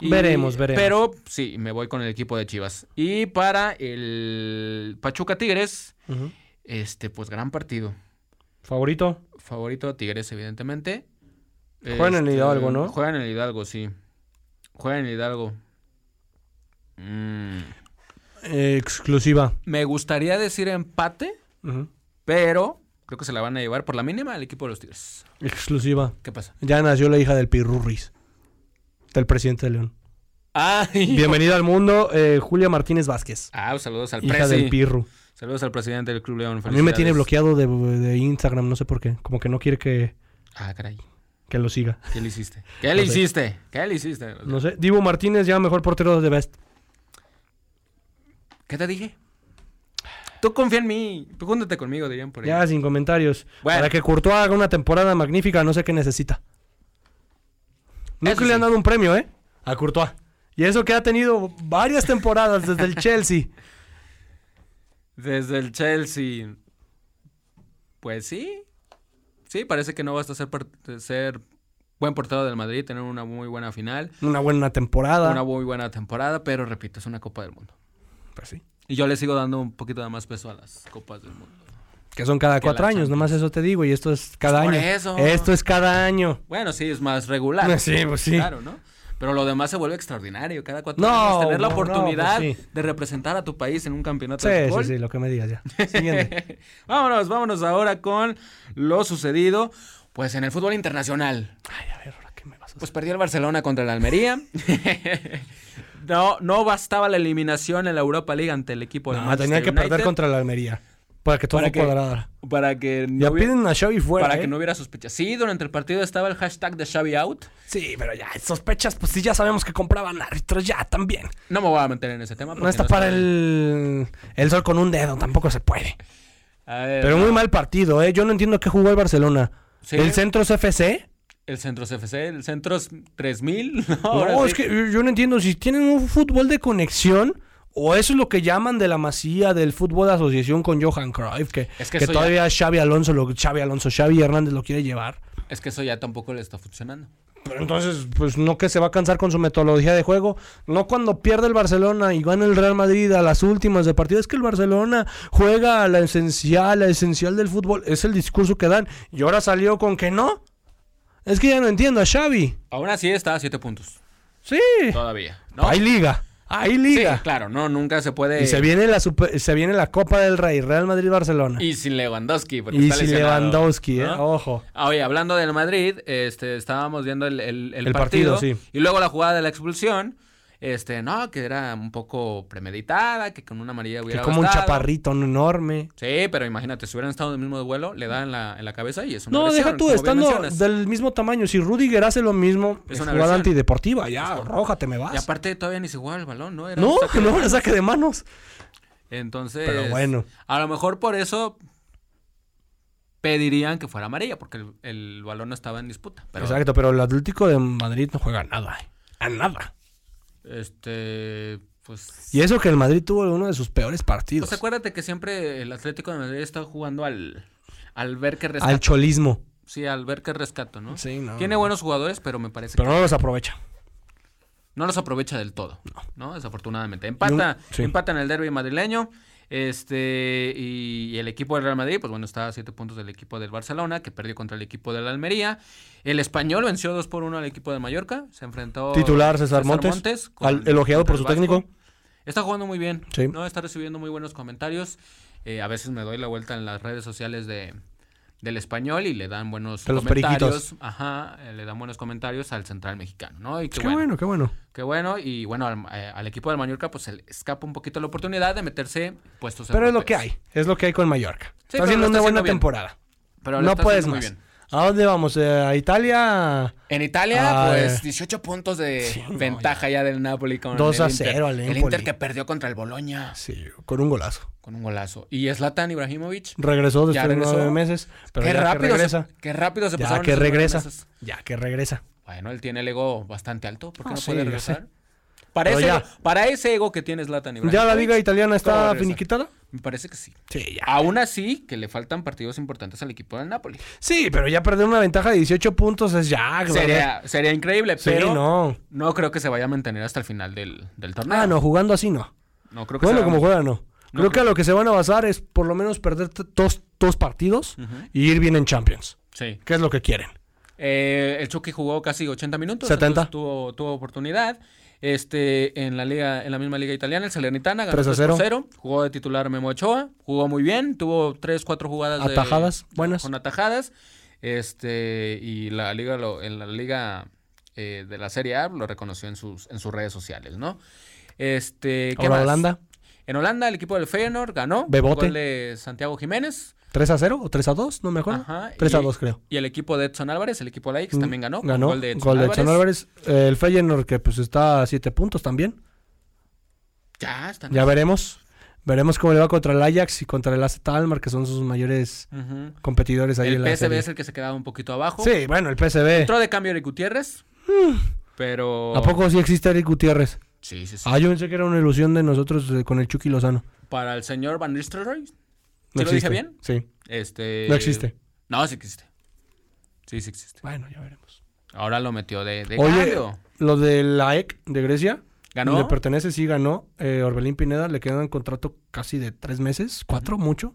Veremos, veremos.
Pero sí, me voy con el equipo de Chivas. Y para el Pachuca Tigres,
Ujú.
este, pues gran partido.
¿Favorito?
Favorito a Tigres, evidentemente. Este,
Juegan en el Hidalgo, ¿no?
Juegan en el Hidalgo, sí. Juegan en el Hidalgo. Mm,
Eh, exclusiva.
Me gustaría decir empate,
Ujú.
pero creo que se la van a llevar por la mínima al equipo de los Tigres.
Exclusiva.
¿Qué pasa?
Ya nació la hija del Pirurris. Del presidente de León.
¡Ay!
Bienvenido al mundo, eh, Julia Martínez Vázquez.
Ah, saludos al
Hija del
presi.
Pirru.
Saludos al presidente del Club León.
A mí me tiene
Felicidades.
bloqueado de, de Instagram, no sé por qué. Como que no quiere que,
Ah, caray.
que lo siga.
¿Qué le hiciste? ¿Qué le
No sé.
hiciste? ¿Qué le hiciste?
No sé. Divo Martínez ya mejor portero de Best.
¿Qué te dije? Tú confía en mí. Tú júntate conmigo, dirían por ahí.
Ya sin comentarios.
Bueno.
Para que Courtois haga una temporada magnífica, no sé qué necesita. Nunca
Eso
le han
sí.
dado un premio, ¿eh? A Courtois. Y eso que ha tenido varias temporadas desde el Chelsea.
Desde el Chelsea. Pues sí. Sí, parece que no basta ser, par- ser buen portero del Madrid, tener una muy buena final,
Una buena temporada.
una muy buena temporada, pero repito, es una Copa del Mundo.
Pues sí.
Y yo le sigo dando un poquito de más peso a las Copas del Mundo.
Que son cada
Que
cuatro
la
años, nomás eso te digo. Y esto es cada
Por
año.
eso.
Esto es cada año.
Bueno, sí, es más regular.
Sí, pues sí.
Claro, ¿no? Pero lo demás se vuelve extraordinario. Cada cuatro
No,
años tener la
no, no, pues
oportunidad
sí.
de representar a tu país en un campeonato
Sí,
de
sí,
fútbol.
sí, lo que me digas ya. Siguiente.
vámonos, vámonos ahora con lo sucedido, pues en el fútbol internacional.
Ay, a ver, ahora qué me vas a hacer.
Pues perdió el Barcelona contra el Almería. no, no bastaba la eliminación en la Europa League ante el equipo de
No,
Manchester
tenía que perder
United
contra la Almería. Para que todo
Para
fuera
que-
cuadrada.
para que no
Ya
hubiera-
piden a Xavi fuera.
para
¿eh?
que no hubiera sospechas. Sí, durante el partido estaba el hashtag de Xavi out.
Sí, pero ya, sospechas, pues sí, ya sabemos que compraban árbitros ya también.
No me voy a meter en ese tema.
No
porque
está
es
para el, el sol con un dedo, tampoco se puede.
Eh, A ver,
Pero muy mal partido, ¿eh? Yo no entiendo qué jugó el Barcelona.
Sí.
¿El Centros FC?
El centro CFC, el centro es 3000. No,
No,
Ahora
es
sí.
que yo- yo no entiendo si tienen un fútbol de conexión o eso es lo que llaman de la masía del fútbol de asociación con Johan Cruyff, que,
Es que
que,
eso ya-
todavía Xavi Alonso, lo, Xavi Alonso, Xavi Hernández lo quiere llevar.
es que eso ya tampoco le está funcionando.
Pero entonces, pues no que se va a cansar con su metodología de juego. No cuando pierde el Barcelona y gana el Real Madrid a las últimas de partido. Es que el Barcelona juega a la esencial, a la esencial del fútbol. Es el discurso que dan. Y ahora salió con que no. Es que ya no entiendo a Xavi.
Aún así está a 7 puntos.
Sí.
Todavía. ¿no?
Hay liga. Hay
sí,
liga.
claro, no, nunca se puede.
Y se viene, la super- se viene la Copa del Rey, Real Madrid-Barcelona.
Y sin Lewandowski. Porque
Y,
está
sin
lesionado,
Lewandowski, ¿eh?
¿no?
Ojo.
Ah, Oye, hablando del Madrid, este, estábamos viendo el, el- el
El
partido,
partido, sí.
y luego la jugada de la expulsión, este, no, que era un poco premeditada, que con una amarilla
Que
hubiera
como un
bastado.
chaparrito enorme.
Sí, pero imagínate, si hubieran estado en el mismo duelo, le dan en la, en la cabeza y es una
No,
agresión,
deja tú,
como bien
estando
mencionas.
del mismo tamaño. Si Rudiger hace lo mismo,
Es
es,
una
una
agresión.
jugada antideportiva.
Es
Ya,
correcto.
roja, te me
Y
vas.
aparte todavía ni se jugaba el balón, ¿no? Era
Ah, No,
un saque de
no,
banda.
la saque de manos.
Entonces,
Pero bueno.
a lo mejor por eso pedirían que fuera amarilla, porque el, el balón no estaba en disputa. Pero,
Exacto, pero el Atlético de Madrid no juega a nada. eh. A nada.
este, pues...
Y eso que el Madrid tuvo uno de sus peores partidos.
Pues acuérdate que siempre el Atlético de Madrid está jugando al, al ver que rescato.
al cholismo.
Sí, al ver que rescato, ¿no?
Sí, no.
Tiene buenos jugadores, pero me parece
Pero
que
no los aprovecha.
no los aprovecha del todo, ¿no? Desafortunadamente. Empata,
Y un- sí.
empata en el derby madrileño. Este, y, y el equipo del Real Madrid, pues bueno, está a siete puntos del equipo del Barcelona, que perdió contra el equipo del Almería. El español venció 2 por 1 al equipo de Mallorca. Se enfrentó.
Titular César, Montes.
con-
al- elogiado por su
contra el Vasco.
técnico.
Está jugando muy bien.
Sí.
¿no? Está recibiendo muy buenos comentarios. Eh, a veces me doy la vuelta en las redes sociales de, del español y le dan buenos
De los
comentarios.
periquitos.
Ajá, eh, le dan buenos comentarios al central mexicano, ¿no? Y qué,
Pues Qué
bueno. Pues,
bueno, qué bueno.
Qué bueno. Y bueno, al, eh, al equipo del Mallorca pues se le escapa un poquito la oportunidad de meterse puestos
Pero es lo
europeos.
que hay. Es lo que hay con Mallorca.
pero
está haciendo
lo está
una buena
haciendo bien.
temporada.
Pero lo
no
está
puedes
haciendo
más.
muy bien.
¿A dónde vamos? Eh, ¿A Italia?
En Italia,
Ah,
pues
eh.
18 puntos de
Sí, no,
ventaja ya. del Napoli con
Dos
el
a
Inter.
cero al
El
Napoli.
Inter que perdió contra el Boloña
Sí, con un golazo.
con un golazo. Y Zlatan Ibrahimovic
Regresó
Ya
después
regresó.
de nueve meses. Pero
qué
ya que
rápido se-
regresa.
qué rápido pues se
Ya
pasaron
que
esos nueve
regresa.
meses.
Ya que regresa.
Bueno, él tiene el ego bastante alto. ¿Por qué
Ah,
no
sí,
puede
ya
regresar? Para,
Pero
ese,
ya.
para ese ego que tiene Zlatan
¿Ya la liga
Ibrahimovic,
italiana
¿cómo
está
regresa?
finiquitada?
Me parece que sí.
Sí, ya.
Aún así, que le faltan partidos importantes al equipo del Napoli.
Sí, pero ya perder una ventaja de 18 puntos es ya. ¿verdad?
Sería, sería increíble,
Sí,
pero no.
no.
creo que se vaya a mantener hasta el final del, del torneo.
Ah, no, jugando así no.
No creo que
Bueno,
sea-
como juega, no.
No pues.
Creo que a lo que se van a basar es por lo menos perder t- dos, dos partidos
Ujú.
y ir bien en Champions,
Sí.
que es lo que quieren.
Eh, el Chucky jugó casi 80 minutos.
70.
entonces Tuvo, tuvo oportunidad. Este, en la liga, en la misma liga italiana, el Salernitana ganó
3 a
3 por
0.
0. Jugó de titular Memo Ochoa. Jugó muy bien. Tuvo 3, 4 jugadas. de-
Atajadas, buenas.
Con atajadas. Este, y la liga, lo- en la liga eh, de la Serie A lo reconoció en sus, en sus redes sociales, ¿no? Este, ¿qué
Ahora
más?
Holanda,
En Holanda, el equipo del Feyenoord ganó.
Bebote.
Gol de Santiago Jiménez.
3 a 0 o 3 a 2, no me acuerdo.
Ajá,
3 a
y-
2 creo.
Y el equipo de Edson Álvarez, el equipo de la Ajax, también ganó. con
Ganó.
Gol de Edson, Álvarez.
Álvarez. Eh, El Feyenoord que pues está a 7 puntos también.
Ya, están.
Ya veremos. Veremos cómo le va contra el Ajax y contra el AZ Almar, que son sus mayores
Ujú.
competidores Pues ahí en
El
la
PSV
serie.
es el que se quedaba un poquito abajo.
Sí, bueno, el PSV.
Entró de cambio Eric Gutiérrez. Pero.
¿A poco sí existe Eric Gutiérrez?
Sí, sí, sí.
Ah, yo pensé que era una ilusión de nosotros eh, con el Chucky Lozano.
Para el señor Van Nistelrooy. ¿Sí
No
lo dije
existe.
bien?
Sí.
Este.
No existe.
No, sí existe. Sí, sí existe.
Bueno, ya veremos.
Ahora lo metió de, de
Oye,
cambio.
lo de la EC de Grecia, le
Ganó.
pertenece, sí ganó. Eh, Orbelín Pineda le queda un contrato casi de tres meses, cuatro, mucho.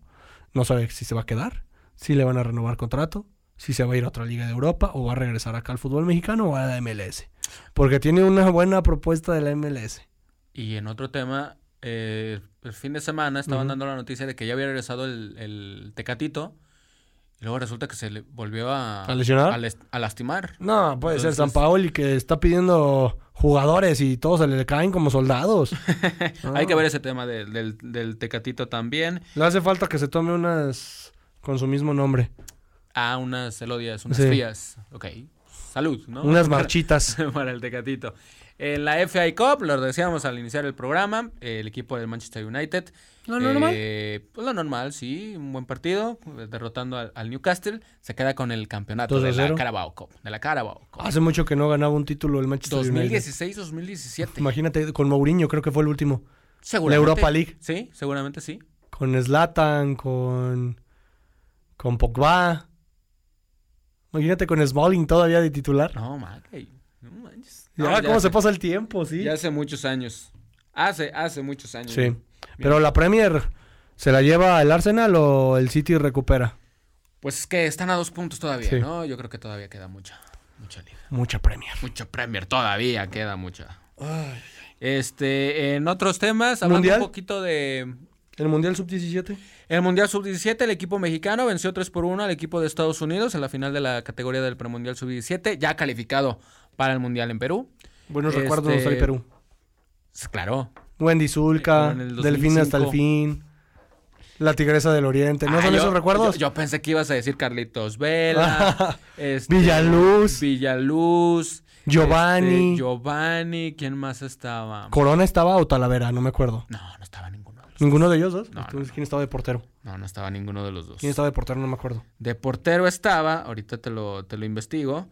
No sabe si se va a quedar, si le van a renovar contrato, si se va a ir a otra liga de Europa o va a regresar acá al fútbol mexicano o a la MLS. Porque tiene una buena propuesta de la MLS.
Y en otro tema, eh, el fin de semana estaban
Ujú.
dando la noticia de que ya había regresado el, el Tecatito. Y luego resulta que se le volvió a.
¿A lesionar?
A, les- a lastimar.
No, puede ser
Entonces-
San Paoli que está pidiendo jugadores y todos se le caen como soldados. Ah.
Hay que ver ese tema de- del, del Tecatito también.
Le hace falta que se tome unas con su mismo nombre.
Ah, unas elodias, unas
Sí.
frías. Ok. Salud, ¿no?
Unas marchitas.
Para el Tecatito. En la FA Cup, lo decíamos al iniciar el programa, el equipo del Manchester United.
¿Lo
eh,
normal?
pues lo normal, sí. Un buen partido, eh, derrotando al, al Newcastle. Se queda con el campeonato
Dos a
de la
cero.
Carabao Cup. De la Carabao Cup.
Hace mucho que no ganaba un título el Manchester United.
2016-2017.
Imagínate, con Mourinho creo que fue el último.
Seguramente.
Europa League.
Sí, seguramente sí.
Con Zlatan, con con Pogba. Imagínate con Smalling todavía de titular.
No, ma, que- no manches.
Y
No,
ahora
ya
cómo
hace-
se pasa el tiempo, sí.
Ya hace muchos años. Hace, hace muchos años.
Sí. Pero la Premier se la lleva el Arsenal o el City recupera.
Pues es que están a dos puntos todavía,
Sí.
¿no? Yo creo que todavía queda mucha, mucha liga.
Mucha Premier.
Mucha Premier, todavía queda mucha. Este, en otros temas, hablando
¿Mundial?
un poquito de
El Mundial Sub 17.
el Mundial Sub-17, el equipo mexicano venció 3 por 1 al equipo de Estados Unidos en la final de la categoría del premundial Sub-17, ya calificado para el Mundial en Perú.
Buenos
Este,
recuerdos nos trae Perú.
Claro,
Wendy Zulka,
Como en el
Delfín hasta el
2005.
fin, La Tigresa del Oriente. ¿No
Ah,
son
yo-
esos recuerdos?
Yo, yo pensé que ibas a decir Carlitos Vela, este,
Villaluz.
Villaluz,
Giovanni.
este, Giovanni, ¿quién más estaba?
¿Corona estaba o Talavera? No me acuerdo.
No, no estaba ninguno de los
¿Ninguno de ellos dos?
No,
Entonces, ¿Quién estaba de portero?
No, no estaba ninguno de los dos.
¿Quién estaba de portero? No me acuerdo.
De portero estaba, ahorita te lo, te lo investigo,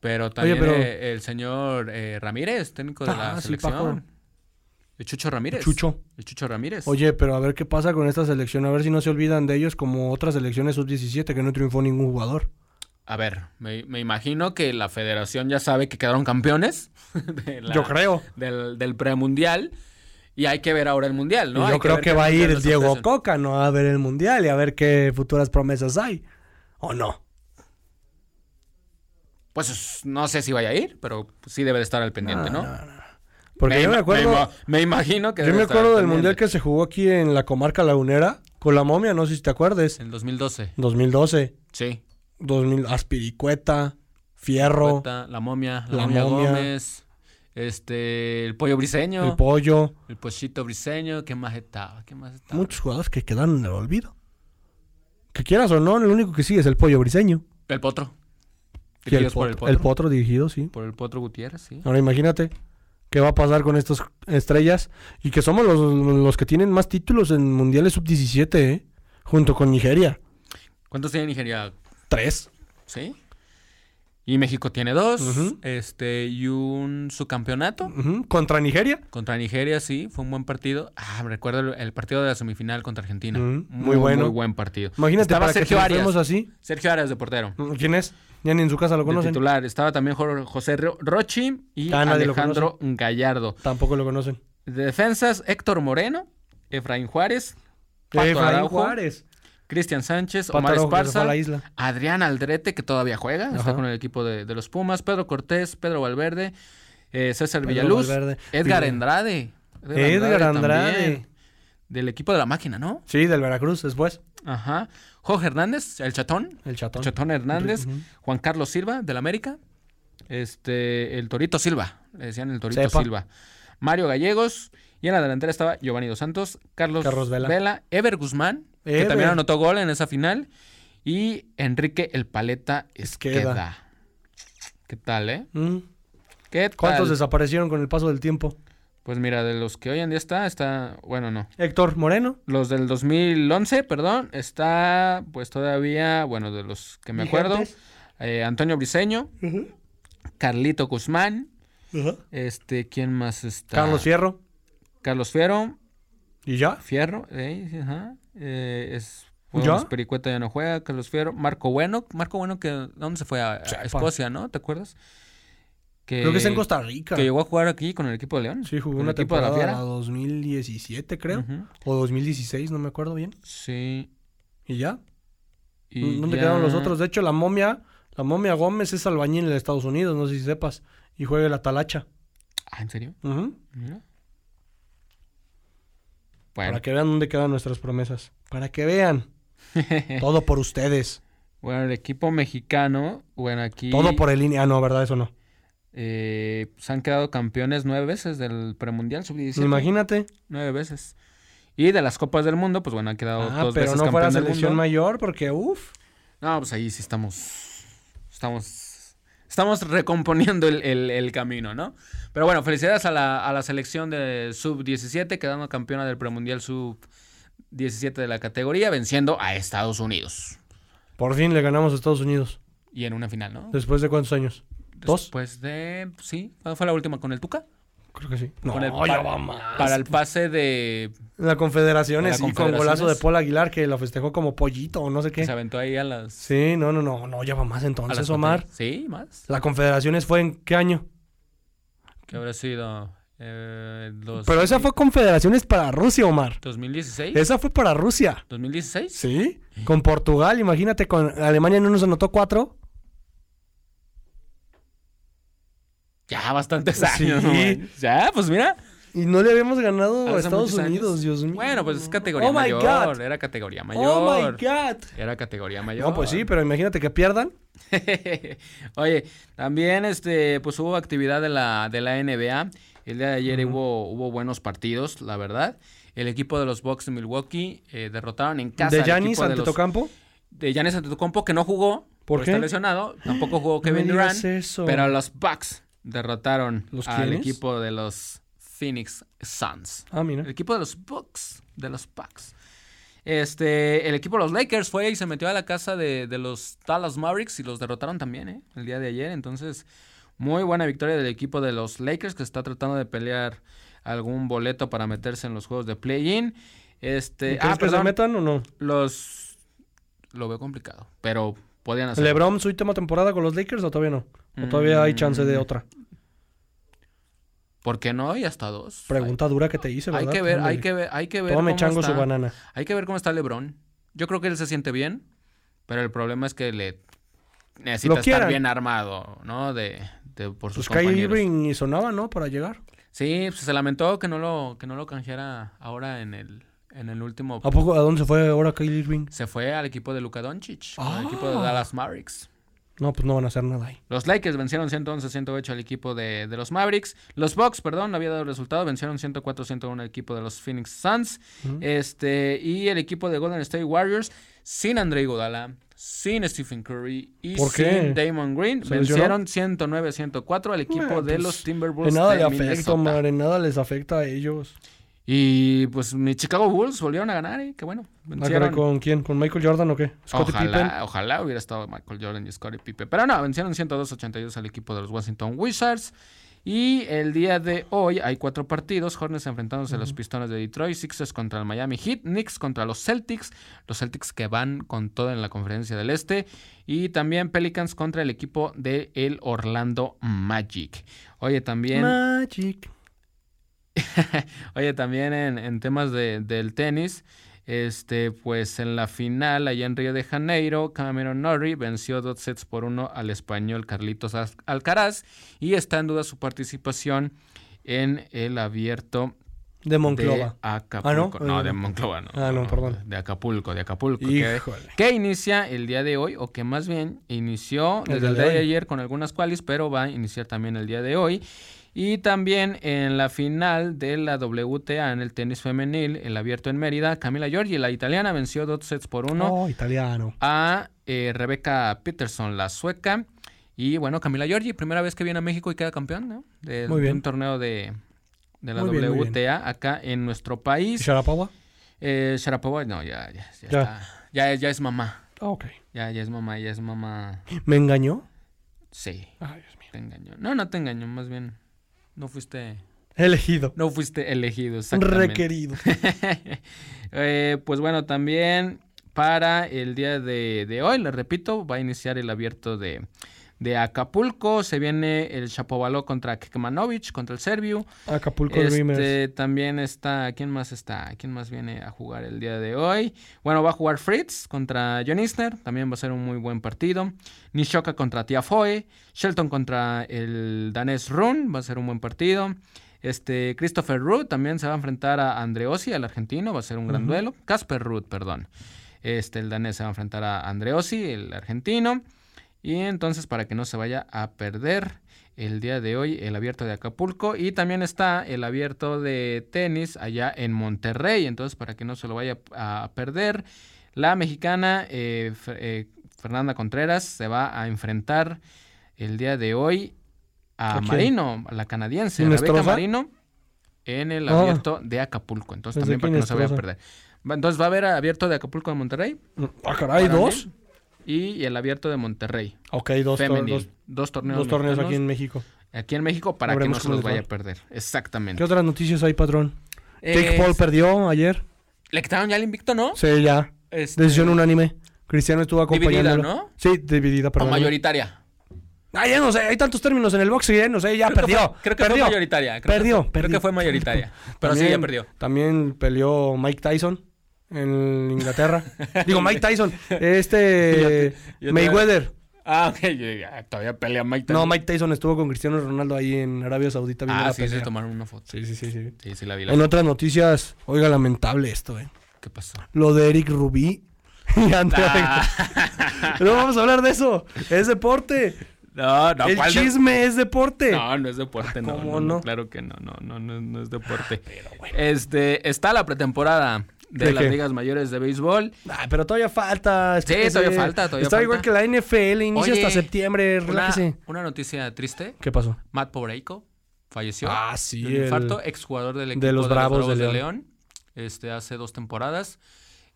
pero también
pero-
eh, el señor eh, Ramírez, técnico de la
Ah, sí,
selección.
Paco.
El Chucho Ramírez.
Chucho.
El Chucho Ramírez.
Oye, pero a ver qué pasa con esta selección. A ver si no se olvidan de ellos como otras selecciones sub-17 que no triunfó ningún jugador.
A ver, me, me imagino que la federación ya sabe que quedaron campeones. de la-
Yo creo.
Del, del premundial. Y hay que ver ahora el mundial, ¿no?
Y
Hay
yo creo
ver
que
qué
va a
mundial
ir
nos
Diego
ofrecen.
Coca, ¿no? A ver el Mundial y a ver qué futuras promesas hay. ¿O no?
Pues es- no sé si vaya a ir, pero sí debe de estar al pendiente, ¿no?
Porque yo
ima-
me acuerdo...
ima- me imagino que
Yo
debe
me
estar al
acuerdo del
pendiente.
mundial que se jugó aquí en la comarca lagunera con la momia, no sé si te acuerdes.
En 2012,
2012,
sí.
2000, Aspiricueta, Fierro,
Poeta, la momia, la,
La
momia,
momia.
Gómez, este, el pollo briseño,
El
el,
Pollo,
pochito briseño, ¿qué más estaba? ¿Qué más estaba?
muchos jugadores que quedaron en el olvido. Que quieras o no, lo único que sigue es el Pollo Briseño.
El potro.
Y el,
Dirigidos por el
potro, el
potro.
Potro dirigido, sí.
Por el potro Gutiérrez, sí.
Ahora imagínate qué va a pasar con estas estrellas y que somos los, los que tienen más títulos en mundiales sub-17, ¿eh? junto con Nigeria.
¿Cuántos tiene Nigeria?
Tres.
¿Sí? Y México tiene dos.
Ujú.
Este, y un subcampeonato.
Ujú, Contra Nigeria.
Contra Nigeria, sí, fue un buen partido. Ah, me recuerdo el, el partido de la semifinal contra Argentina.
Ujú, muy bueno.
Muy buen partido.
Imagínate
Estaba
para
Sergio
que
Arias.
triunfemos así.
Sergio Arias de portero.
¿Quién es? Ya ni en su casa lo
de
conocen.
titular. Estaba también Jo- José Ro- Rochi y
Ah, nadie lo
Alejandro Gallardo.
Tampoco lo conocen.
De defensas, Héctor Moreno, Efraín Juárez, Pato
Efraín
Araujo,
Juárez.
Cristian Sánchez,
Pato
Omar
Araujo que se fue a
Esparza,
la isla.
Adrián Aldrete, que todavía juega, está
Ajá.
con el equipo de, de los Pumas, Pedro Cortés, Pedro Valverde, eh, César
Pedro
Villaluz,
Valverde.
Edgar
Villa-
Andrade.
Edgar Andrade.
también, Del equipo de la máquina, ¿no?
Sí, del Veracruz después.
Ajá. Jorge Hernández, el chatón.
El chatón.
Chatón Hernández.
Ujú.
Juan Carlos Silva, del América. Este, el Torito Silva. Le decían el Torito
Sepa.
Silva. Mario Gallegos. Y en la delantera estaba Giovanni Dos Santos, Carlos,
Carlos Vela.
Ever Guzmán, que
Ever.
también anotó gol en esa final. Y Enrique El Paleta
Esqueda.
Esqueda. ¿Qué tal, eh?
Mm.
¿Qué tal?
¿Cuántos desaparecieron con el paso del tiempo?
Pues mira, de los que hoy en día está, está... Bueno, no.
Héctor Moreno.
Los del 2011, perdón, está pues todavía, bueno, de los que me acuerdo,
Vigentes.
eh, Antonio Briseño, Carlito Guzmán, este, ¿quién más está?
Carlos Fierro.
Carlos Fierro,
¿Y ya?
Fierro, eh, sí, ajá, eh, es...
¿Ya?
Bueno, Pericueta ya no juega, Carlos Fierro, Marco Bueno, Marco Bueno que, ¿a ¿dónde se fue? A, a
Sepa.
Escocia, ¿no? ¿Te acuerdas? Que,
Creo que está en Costa Rica.
Eh, Que llegó a jugar aquí con el equipo de León.
Sí, jugó
con
una
el equipo de la
temporada
Fiera.
2017, creo.
Ujú,
O 2016, no me acuerdo bien.
Sí.
¿Y ya?
y
¿Dónde
ya-
quedaron los otros? De hecho, la momia, la momia Gómez es albañil de Estados Unidos, no sé si sepas. Y juega en la talacha.
Ah, ¿en serio?
Ujú.
Mira.
Para
Bueno,
que vean dónde quedan nuestras promesas. Para que vean. Todo por ustedes.
bueno, el equipo mexicano, bueno, aquí
Todo por el INE. Ah, no, ¿verdad? Eso no.
eh, se han quedado campeones nueve veces del premundial sub-17.
Imagínate.
Nueve veces. Y de las Copas del Mundo, pues bueno, han quedado
Ah,
dos
pero
veces
no fuera
campeón del
selección
mundo.
mayor porque, uff.
No, pues ahí sí estamos, estamos, estamos recomponiendo el, el- el camino, ¿no? Pero bueno, felicidades a la, a la selección de sub-17, quedando campeona del premundial sub-17 de la categoría, venciendo a Estados Unidos.
Por fin le ganamos a Estados Unidos.
Y en una final, ¿no?
¿Después de cuántos años? ¿Dos?
Después de. Sí, ¿cuándo fue la última? ¿Con el Tuca?
Creo que sí. No,
Con el
ya
pa-
va más.
Para el pase de.
La Confederaciones,
La
sí, con golazo de
Confederaciones.
Paul Aguilar que la festejó como pollito o no sé
que
qué.
se aventó ahí a las.
Sí, no, no, no, no, ya va más
a las
entonces, Omar.
pantallas. Sí, más.
La Confederaciones fue en qué año?
Que habrá sido. Eh, dos-
Pero esa fue Confederaciones para Rusia, Omar.
¿2016?
Esa fue para Rusia.
¿2016?
Sí. Con Portugal, imagínate, con Alemania no nos anotó cuatro.
Ya, bastantes
Sí.
años. no manches. Ya, pues mira.
Y no le habíamos ganado a
hace
Oh, Estados
muchos años.
Unidos, Dios mío.
Bueno, pues es categoría
Oh my
mayor.
God.
Era categoría mayor.
Oh my God.
Era categoría mayor.
No, pues sí, pero imagínate que pierdan.
Oye, también este, pues hubo actividad de la, de la NBA. El día de ayer hubo, hubo buenos partidos, la verdad. El equipo de los Bucks de Milwaukee eh, derrotaron en casa
De
al
Giannis
equipo de
ante
los-
Tocampo.
de Giannis Antetokounmpo que no jugó
¿Por
porque
qué?
está lesionado, tampoco jugó Kevin
me digas
Durant,
eso.
pero los Bucks derrotaron
¿Los
al
quiénes?
equipo de los Phoenix Suns.
Ah, mira.
El equipo de los Bucks. De los Bucks. Este, el equipo de los Lakers fue y se metió a la casa de, de los Dallas Mavericks y los derrotaron también, ¿eh? El día de ayer. Entonces, muy buena victoria del equipo de los Lakers que está tratando de pelear algún boleto para meterse en los juegos de play-in. Este,
¿Crees
ah,
que se
perdón,
metan o no?
los. Lo veo complicado, pero podían hacer.
¿Lebron su última temporada con los Lakers o todavía no? ¿O todavía hay chance de
Mm.
otra?
¿Por qué no? Y hasta dos.
Pregunta dura que te hice,
Hay, hay
¿verdad?
que ver, hay
Ándale.
que ver, hay que ver.
Tome
cómo
chango
está.
su banana.
Hay que ver cómo está LeBron. Yo creo que él se siente bien, pero el problema es que le necesita
Lo
estar
quieran.
bien armado, ¿no? De, de- por sus
Pues Kyrie
compañeros.
Irving y sonaba, ¿no? Para llegar.
Sí, pues, se lamentó que no lo que no lo canjeara ahora en el en el último.
¿A poco a dónde se fue ahora Kyrie Irving?
Se fue al equipo de Luka Doncic,
Ah.
al equipo de Dallas Mavericks.
No, pues no van a hacer nada ahí.
Los Lakers vencieron 111-108 al equipo de, de los Mavericks. Los Bucks, perdón, no había dado el resultado. Vencieron 104-101 al equipo de los Phoenix Suns.
¿Mm?
Este, y el equipo de Golden State Warriors, sin Andre Iguodala, sin Stephen Curry y
¿Por qué?
sin Damon Green,
¿Se
vencieron 109-104 al equipo
Bueno,
de
pues,
los
En
Timberwolves
nada
de
le afecta,
Minnesota.
Omar. En nada les afecta a ellos.
Y pues mis Chicago Bulls volvieron a ganar, ¿eh? Qué bueno.
Ah, caray,
Vencieron.
¿Con quién? ¿Con Michael Jordan o qué? ¿Scottie
ojalá,
Pippen?
ojalá hubiera estado Michael Jordan y Scottie Pippen. Pero no, vencieron 102-82 al equipo de los Washington Wizards. Y el día de hoy hay cuatro partidos. Hornets enfrentándose a los Pistones de Detroit, Sixers contra el Miami Heat, Knicks contra los Celtics, los Celtics que van con todo en la conferencia del Este, y también Pelicans contra el equipo de el Orlando Magic. Oye, también...
Magic.
Oye, también en, en temas de- del tenis, este, pues en la final allá en Río de Janeiro, Cameron Norrie venció dos sets por uno al español Carlitos Az- Alcaraz y está en duda su participación en el abierto
De Monclova.
de Acapulco.
Ah, ¿no?
no, de
Eh,
Monclova, no.
ah, no, perdón.
De Acapulco, de Acapulco. que-
Híjole.
que inicia el día de hoy, o que más bien inició desde
El día
el
de
día de
hoy.
ayer con algunas cuales, pero va a iniciar también el día de hoy. Y también en la final de la WTA en el tenis femenil, el abierto en Mérida, Camila Giorgi, la italiana, venció dos sets por uno
Oh, italiano.
a eh, Rebeca Peterson, la sueca. Y bueno, Camila Giorgi, primera vez que viene a México y queda campeón, ¿no? De,
Muy
de
bien.
un torneo de, de la
Muy bien, muy bien.
WTA acá en nuestro país.
¿Sharapova?
Eh, Sharapova, no, ya, ya, ya,
Ya.
está. Ya, ya es mamá.
Ah, ok.
Ya, ya es mamá, ya es mamá.
¿Me engañó?
Sí,
Ay, Dios mío.
te engañó. No, no te engañó, más bien. No fuiste,
Elegido.
no fuiste elegido, exactamente.
Requerido.
Eh, pues bueno, también para el día de, de hoy, les repito, va a iniciar el abierto de, de Acapulco. Se viene el Chapovaló contra Kekmanovic, contra el Serbio.
Acapulco Dreamers.
Este, también está, ¿quién más está? ¿Quién más viene a jugar el día de hoy? Bueno, va a jugar Fritz contra John Isner, también va a ser un muy buen partido. Nishoka contra Tiafoe, Shelton contra el danés Run, va a ser un buen partido. Este, Christopher Root también se va a enfrentar a Andreossi, el argentino, va a ser un gran
Ujú.
duelo. Casper Ruud, perdón. Este, el danés se va a enfrentar a Andreossi, el argentino. Y entonces, para que no se vaya a perder el día de hoy, el abierto de Acapulco. Y también está el abierto de tenis allá en Monterrey. Entonces, para que no se lo vaya a perder, la mexicana eh, Fer- eh, Fernanda Contreras se va a enfrentar el día de hoy a,
¿A quién?
Marino, a la canadiense,
¿Quién es
Rebeca
Troza?
Marino, en el
Ah.
abierto de Acapulco. Entonces,
Pensé
también para
que
que no se vaya a
Inestrosa.
perder. Va- Entonces, va a haber abierto de Acapulco de Monterrey
Ah, caray,
para
dos.
mí. y el abierto de Monterrey
Ok, dos, tor-
femenil.
dos,
dos torneos,
dos torneos aquí
mexicanos,
en México.
aquí en México para que
Habremos
no se los vaya
comentado.
a perder.
¿Qué
Exactamente.
otras noticias hay, patrón? Jake
Eh,
Paul perdió ayer.
Le quitaron ya el invicto, ¿no?
Sí, ya.
Este,
Decisión unánime. Cristiano estuvo
dividida,
acompañándolo.
¿no?
Sí, dividida,
O
perdón.
mayoritaria.
Ah, ya no sé, hay tantos términos en el box ya no sé, ya perdió.
Creo que
perdió.
fue mayoritaria. Creo
Perdió,
que fue, Creo
perdió.
que fue mayoritaria. Pero sí, ya
También-
perdió.
También peleó Mike Tyson en Inglaterra. Digo, Mike Tyson, este
Yo te- yo te-
Mayweather.
Ah, ok. yo- ya, Todavía pelea Mike
No, Mike Tyson estuvo con Cristiano Ronaldo ahí en Arabia Saudita viendo
Ah,
la
sí, se
pelea.
tomaron una foto.
sí, sí, sí, sí.
Sí, sí, la vi. la
En
vi.
otras noticias, oiga, lamentable esto, eh.
¿Qué pasó?
Lo de Eric Rubí. Y Andrea
Ah.
Legarreta. No vamos a hablar de eso. Es deporte.
No, no,
El
¿cuál de-
chisme es deporte.
No, no es deporte, no,
¿cómo
no, no,
no? Ah,
Claro que no, no, no, no, no es deporte. Este, está la pretemporada de,
¿De
las
qué?
ligas mayores de béisbol.
Ah, pero todavía falta. espérese.
todavía falta, todavía
Está igual
falta.
que la NFL, inicia
Oye,
hasta septiembre,
Una,
relájese.
una noticia triste.
¿Qué pasó?
Matt Pobreico falleció.
Ah, sí,
de un
el-
infarto, exjugador del equipo
de los Bravos de
de
León.
León. Este, hace dos temporadas.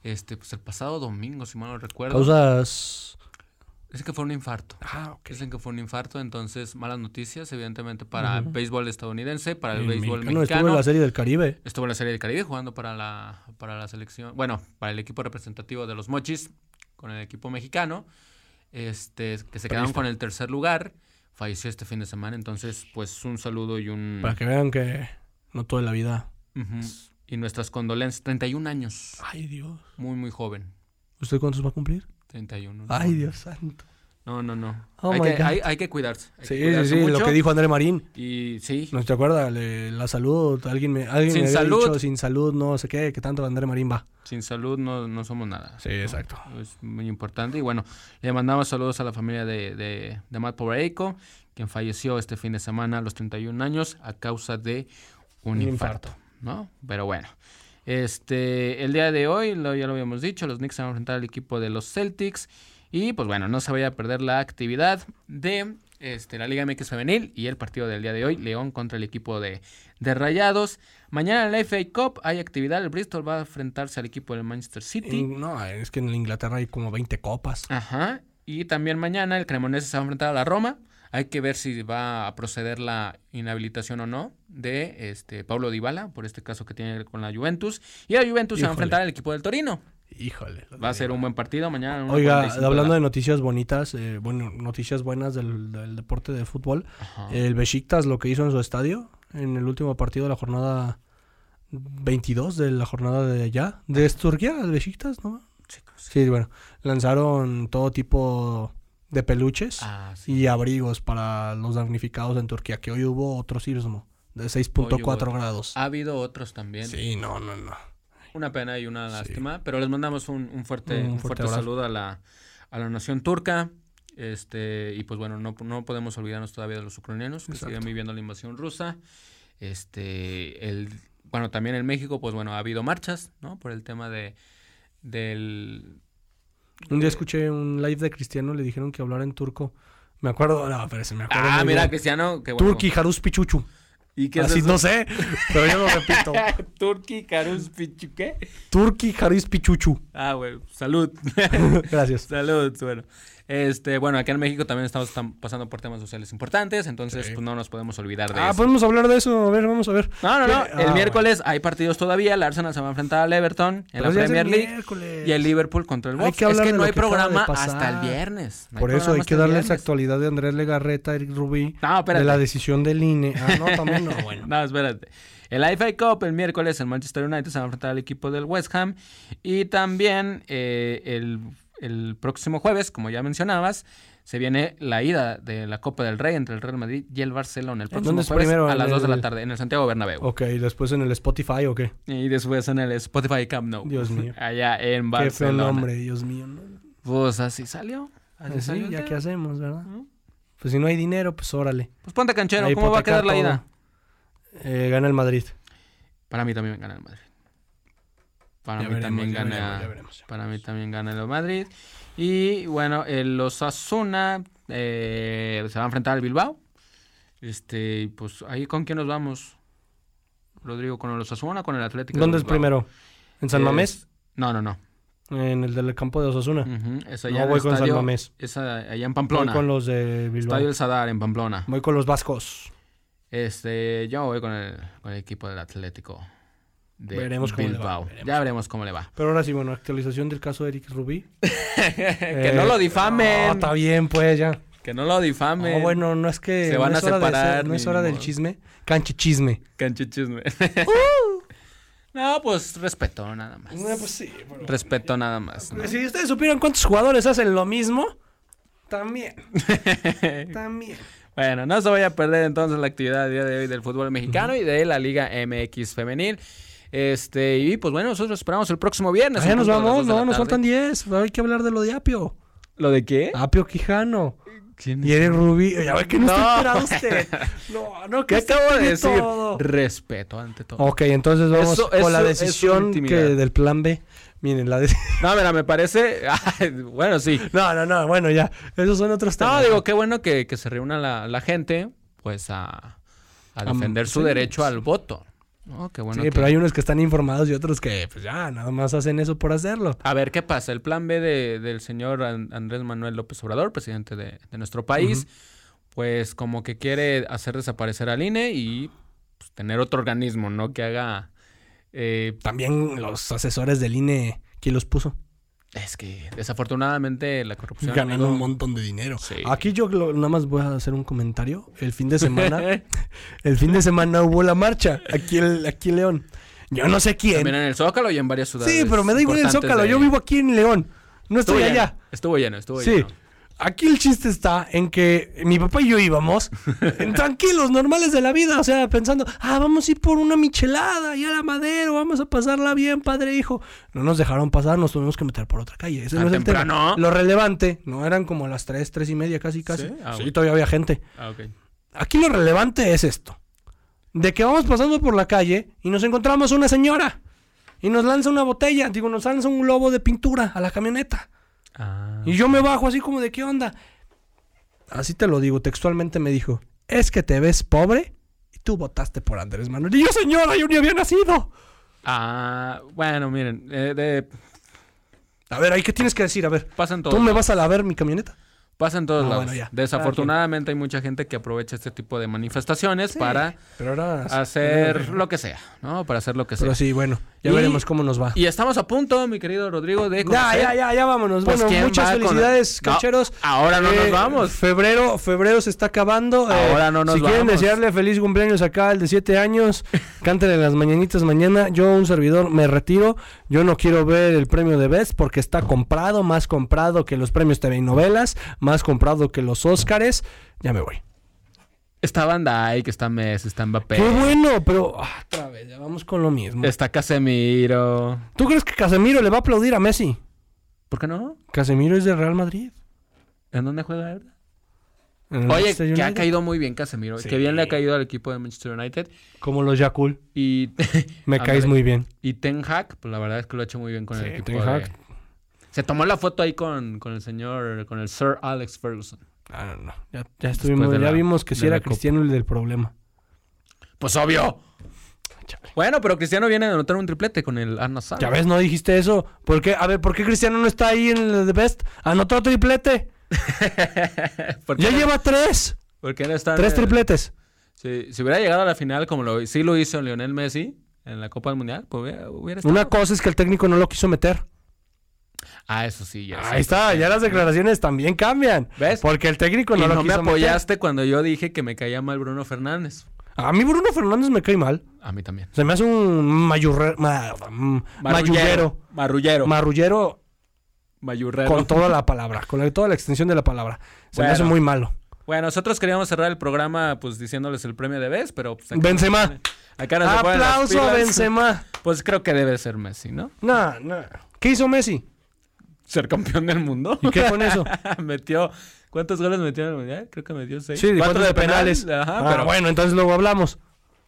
Este, pues el pasado domingo, si mal no recuerdo.
Causas.
Dicen que fue un infarto.
Ah, ok.
Dicen que fue un infarto, entonces malas noticias, evidentemente, para el béisbol estadounidense, para el, béisbol
mexicano,
mexicano.
estuvo en la Serie del Caribe.
Estuvo en la Serie del Caribe jugando para la, para la selección, bueno, para el equipo representativo de los Mochis, con el equipo mexicano, este, que se quedaron con el tercer lugar. Falleció este fin de semana, entonces, pues un saludo y un...
Para que vean que no toda la vida.
Ujú. Y nuestras condolencias. 31 años,
Ay, Dios.
muy, muy joven.
¿Usted cuántos va a cumplir?
31. no.
Ay, Dios santo.
No, no, no.
Oh
hay,
my
que,
God.
hay, hay que cuidarse. hay que
Sí, sí,
cuidarse
sí, lo
mucho.
que dijo André Marín.
Y sí,
¿No te acuerdas? Le- la salud, alguien me, alguien
Sin
me había
salud.
dicho sin salud, no sé qué, que tanto André Marín va.
sin salud no, no somos nada.
Sí, exacto.
Es muy importante. Y bueno, le mandamos saludos a la familia de, de, de Matt Pobreico, quien falleció este fin de semana a los 31 años a causa de un,
Un
infarto, ¿no? Pero bueno. Este, el día de hoy, lo- ya lo habíamos dicho, los Knicks se van a enfrentar al equipo de los Celtics. Y pues bueno, no se vaya a perder la actividad de este, la Liga MX Femenil y el partido del día de hoy, León contra el equipo de, de Rayados. Mañana en la FA Cup hay actividad, el Bristol va a enfrentarse al equipo del Manchester City.
En- no, es que en Inglaterra hay como 20 copas.
Ajá. Y también mañana el Cremonese se va a enfrentar a la Roma. Hay que ver si va a proceder la inhabilitación o no de este Paulo Dybala por este caso que tiene con la Juventus. Y la Juventus se va a
Híjole.
enfrentar al equipo del Torino.
Híjole.
Va a ser un buen partido mañana. en
Oiga,
1.45
hablando
la-
de noticias bonitas, eh, bueno, noticias buenas del, del deporte de fútbol,
Ajá.
el Besiktas lo que hizo en su estadio en el último partido de la jornada 22 de la jornada de allá, de Turquía, el Besiktas, ¿no?
Chicos.
Sí, bueno, lanzaron todo tipo de peluches
Ah, sí.
y abrigos para los damnificados en Turquía, que hoy hubo otro sismo de 6.4
Hoy hubo- Ah,
grados.
Ha habido otros también.
Sí, no, no, no.
Una pena y una
Sí.
lástima, pero les mandamos un, un fuerte,
Un
un
fuerte
fuerte
abrazo.
saludo a la, a la nación turca. Este, y pues bueno, no, no podemos olvidarnos todavía de los ucranianos que
Exacto.
siguen viviendo la invasión rusa. Este, el, bueno, también en México, pues bueno, ha habido marchas, ¿no? Por el tema de del
Un día
Eh.
escuché un live de Cristiano, le dijeron que hablara en turco. Me acuerdo, no, pero se me acuerdo.
Ah,
muy
mira,
bien.
Cristiano, que bueno.
Turki Harus Pichuchu.
¿Y qué es
Así
eso?
no sé, pero yo lo repito.
Turki Karus Pichu- ¿qué?
Turki Harus Pichuchu.
Ah, güey, salud.
Gracias.
Salud, bueno. Este, bueno, aquí en México también estamos tam- pasando por temas sociales importantes, entonces
Sí.
pues, no nos podemos olvidar de
Ah,
eso.
podemos hablar de eso. A ver, vamos a ver.
no, no, no.
¿Qué?
el
Ah,
miércoles hay partidos todavía. El Arsenal se va a enfrentar al Everton en la
Pero ya es el
Premier League.
miércoles.
Y el Liverpool contra el
Hay
Wolves.
que
es
hablar
que
de
no
lo
hay
que acaba de
programa
pasar.
hasta el viernes. No
Por eso
programa
hay
hasta
que
el
darle esa
viernes.
actualidad de Andrés Legarreta, Eric Rubí,
No, espérate.
de la decisión del INE. Ah, no, también no. Bueno.
No, espérate. El FA Cup el miércoles el Manchester United se va a enfrentar al equipo del West Ham. Y también eh, el, el próximo jueves, como ya mencionabas, se viene la ida de la Copa del Rey entre el Real Madrid y el Barcelona. El próximo
dónde es
jueves
primero?
a
¿En
las 2 de la
el-
tarde en el Santiago Bernabéu.
Ok, ¿y después en el Spotify o qué?
Y después en el Spotify Camp Nou.
Dios mío.
Allá en
Qué feo
Barcelona.
nombre, Dios mío. ¿no?
Pues así salió. Así
Así,
salió el
ya
tema.
qué hacemos, ¿verdad?
¿No?
Pues si no hay dinero, pues órale.
Pues ponte canchero,
A
¿cómo va a quedar
hipotecar
la
todo.
ida?
Eh, gana el Madrid.
Para mí también gana el Madrid. Para
Ya
Ah, mí
veremos,
también
ya
gana.
veremos, ya veremos.
Para mí también gana el Madrid. Y bueno, el Osasuna eh, se va a enfrentar al Bilbao. Este, y, pues ahí con quién nos vamos, Rodrigo, con el Osasuna, o con el Atlético. de
¿Dónde es
Bilbao?
primero? ¿En San
Es-
Mamés?
No, no, no.
En el del campo de Osasuna.
Ujú, es allá
No
en
voy
el
con San
estadio-
Mamés.
es a- allá en
Voy
Pamplona.
con los de Bilbao.
Estadio El Sadar en Pamplona.
Voy con los vascos.
Este, yo voy con el, con el equipo del Atlético de
Veremos cómo le va,
Bilbao.
veremos.
Ya veremos cómo le va.
Pero ahora sí, bueno, actualización del caso de Eric Rubí.
que
Eh,
no lo
No,
difamen.
está bien, pues ya.
que no lo difamen.
No, bueno, no es que.
Se van
no
a
es hora de-
separar,
no es
ni
hora del
modo.
chisme. Canche chisme.
Canchichisme. no, pues respeto nada más.
sí,
Respeto nada más. ¿no?
Pues Si ustedes supieran cuántos jugadores hacen lo mismo, también. también.
Bueno, no se vaya a perder entonces la actividad del día de hoy del fútbol mexicano y de la Liga MX femenil. Este, y pues bueno, nosotros esperamos el próximo viernes.
Ah, ya
en
nos
punto de las dos
vamos,
de
no,
la
nos
tarde.
faltan 10. Hay que hablar de lo de Apio.
¿Lo de qué?
Apio Quijano.
Ah,
Y Eric Rubí. Ya ve que no,
No.
está enterado usted. No, no, que
¿Qué
usted
acabo Pues de Oh,
tiene
decir?
todo.
Respeto ante todo.
Ok, entonces vamos
Eso-
con la
eso es su
decisión que
intimidad.
del plan B. Miren, la de...
No, mira, me parece. Ay, bueno, sí.
No, no, no, bueno, ya. Esos son otros
No,
temas.
digo, qué bueno que, que se reúna la, la gente, pues, a, a
Am-
defender su
sí,
derecho al voto. ¿no? Qué bueno
Sí,
que-
pero hay unos que están informados y otros que, pues ya, nada más hacen eso por hacerlo.
A ver, ¿qué pasa? El plan B de- del señor An- Andrés Manuel López Obrador, presidente de, de nuestro país, pues como que quiere hacer desaparecer al INE y pues, tener otro organismo, ¿no? Que haga... eh,
También los asesores del INE, ¿quién los puso?
es que desafortunadamente la corrupción...
Ganando
amigo,
un montón de dinero.
Sí.
Aquí yo lo- nada más voy a hacer un comentario. El fin de semana, el fin de semana hubo la marcha aquí, el, aquí en León. Yo no sé quién.
También en el Zócalo y en varias ciudades.
Sí, pero me da igual el
importantes
Zócalo.
de-
Yo vivo aquí en León. No
Estuvo
estoy
lleno,
allá.
Estuvo lleno, estuvo
Sí.
lleno.
Aquí el chiste está en que mi papá y yo íbamos en tranquilos, normales de la vida, o sea, pensando, ah, vamos a ir por una michelada y a la madera, vamos a pasarla bien, padre e hijo. No nos dejaron pasar, nos tuvimos que meter por otra calle. Ese
Tan
no es el tema.
temprano.
Lo relevante, no eran como las 3, 3 y media casi, casi.
¿Sí? Ah,
sí
bueno.
todavía había gente.
Ah, ok.
Aquí lo relevante es esto. De que vamos pasando por la calle y nos encontramos una señora. Y nos lanza una botella, digo, nos lanza un globo de pintura a la camioneta.
Ah.
Y yo me bajo así como de qué onda. Así te lo digo, textualmente me dijo, es que te ves pobre y tú votaste por Andrés Manuel. Y yo, señora, yo ni había nacido.
Ah, bueno, miren, eh, de-
A ver, ahí qué tienes que decir, a ver.
pasan todos.
¿Tú me
lados.
vas a lavar mi camioneta?
Pasan todos
Ah,
lados.
bueno, ya.
Desafortunadamente hay mucha gente que aprovecha este tipo de manifestaciones para
Pero ahora...
Ah, hacer lo que sea, ¿no? Para hacer lo que sea.
Pero sí, bueno, ya
Y-
veremos cómo nos va.
Y estamos a punto, mi querido Rodrigo, de
Ya,
conocer-
ya, ya, ya vámonos.
Pues,
bueno,
¿quién
muchas
va con-
felicidades,
No,
cacheros.
ahora no nos
Eh,
vamos.
Febrero, febrero se está acabando. eh,
Ahora no nos
Si quieren
vamos.
desearle feliz cumpleaños acá al de 7 años, cántale las mañanitas mañana. Yo, un servidor, me retiro. Yo no quiero ver el premio de Best porque está comprado, más comprado que los premios TV y novelas, más comprado que los Óscares. Ya me voy.
Está Van Dyke, está Messi, está Mbappé,
Qué bueno, pero ah, otra vez, ya vamos con lo mismo.
está Casemiro.
¿Tú crees que Casemiro le va a aplaudir a Messi?
¿Por qué no?
Casemiro es de Real Madrid.
¿En dónde juega él?
en el
Oye,
Manchester
que ha
United.
caído muy bien Casemiro.
Sí.
Que bien le ha caído al equipo de Manchester United.
Como los Yakul.
Y
Me
Ándale.
caes muy bien.
Y Ten Hag, pues la verdad es que lo ha hecho muy bien con el
Sí,
equipo.
Ten
de-
Hag.
Se tomó la foto ahí con, con el señor, con el Sir Alex Ferguson.
No,
Ah,
no, no. Ya, ya estuvimos,
de
ya
la-
vimos que
de
si era
la Copa.
Cristiano el del problema.
Pues obvio.
Chale.
Bueno, pero Cristiano viene a anotar un triplete con el Arna Sal.
Ya ves, no dijiste eso. ¿Por qué? A ver, ¿por qué Cristiano no está ahí en el The Best? Anotó triplete.
¿Por qué
Ya
no-
lleva tres.
por qué no está en
Tres
el-
tripletes.
eh, Si, si hubiera llegado a la final como lo, sí lo hizo Lionel Messi en la Copa del Mundial, pues hubiera, hubiera estado.
Una cosa es que el técnico no lo quiso meter.
Ah, eso sí, ya. sé.
Ahí está, ya las declaraciones también cambian.
¿Ves?
Porque el técnico
Y
no lo
no me
quiso meter.
apoyaste cuando yo dije que me caía mal Bruno Fernández.
A mí Bruno Fernández me cae mal.
A mí también.
Se me hace un mayurre- ma- mm, mayullero.
Marrullero.
Marrullero
Mayurrero.
con toda la palabra, con la- toda la extensión de la palabra. Se me hace
Bueno.
muy malo.
Bueno, nosotros queríamos cerrar el programa pues diciéndoles el premio de vez, pero pues, acá,
Benzema.
acá no se ponen las
Aplauso a
pilas.
Benzema.
Pues creo que debe ser Messi, ¿no?
No, no. ¿Qué hizo Messi?
Ser campeón del mundo.
¿Y qué con eso?
metió ¿Cuántos goles metió en el mundial? Creo que metió seis.
Sí, de
Cuatro
cuántos de penales.
penal. Ajá,
Ah,
pero
bueno, entonces luego hablamos.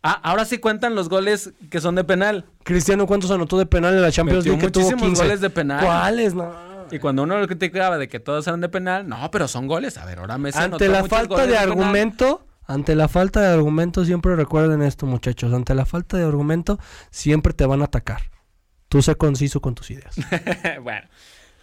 Ah, ahora sí cuentan los goles que son de penal.
Cristiano, ¿cuántos anotó de penal en la Champions
Metió
League? Que tuvo
muchísimos
15.
goles de penal.
¿Cuáles? No.
Y cuando uno lo criticaba de que todos eran de penal, no, pero son goles. A ver, ahora Messi anotó
Ante la
muchos
falta
goles
de
penal.
argumento, ante la falta de argumento, siempre recuerden esto, muchachos. Ante la falta de argumento, siempre te van a atacar. Tú sé conciso con tus ideas.
bueno,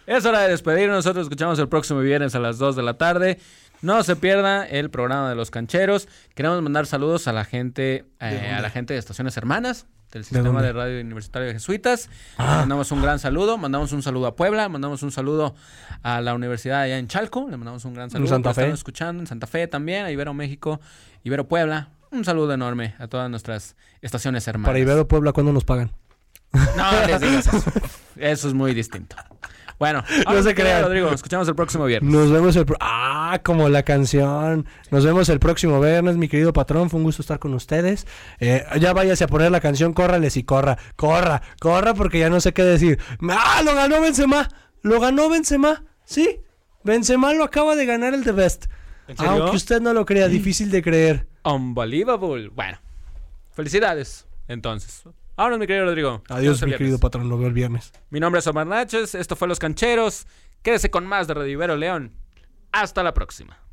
es hora de despedirnos. Nosotros escuchamos el próximo viernes a las 2 de la tarde. No se pierda el programa de los cancheros. Queremos mandar saludos a la gente, eh, a la gente de Estaciones Hermanas del sistema
dónde? Ah.
de, radio universitario de jesuitas. Mandamos un gran saludo, mandamos un saludo a Puebla, mandamos un saludo a la universidad allá en Chalco, le mandamos un gran saludo.
Santa
por
Fe.
estarnos escuchando en Santa Fe también, a Ibero México, Ibero Puebla. Un saludo enorme a todas nuestras estaciones hermanas.
Para Ibero Puebla, ¿cuándo nos pagan?
No les digas eso. Eso es muy distinto. Bueno, ahora
se
sí,
crean.
Rodrigo, nos escuchamos el próximo viernes.
Nos vemos el... pro- Ah, como la canción. Nos vemos el próximo viernes, mi querido patrón. Fue un gusto estar con ustedes. Eh, ya váyase a poner la canción, córrales y corra, corra, corra, porque ya no sé qué decir. ¡Ah, lo ganó Benzema! ¡Lo ganó Benzema! ¿Sí? Benzema lo acaba de ganar el The Best.
serio?
Aunque usted no lo crea, difícil de creer.
Unbelievable. Bueno, felicidades. Entonces, vámonos, mi querido Rodrigo. Nos vemos
Adiós,
el
mi
viernes.
querido patrón. Nos veo el viernes.
Mi nombre es Omar Naches. Esto fue Los Cancheros. Quédese con más de Radio Ibero León. Hasta la próxima.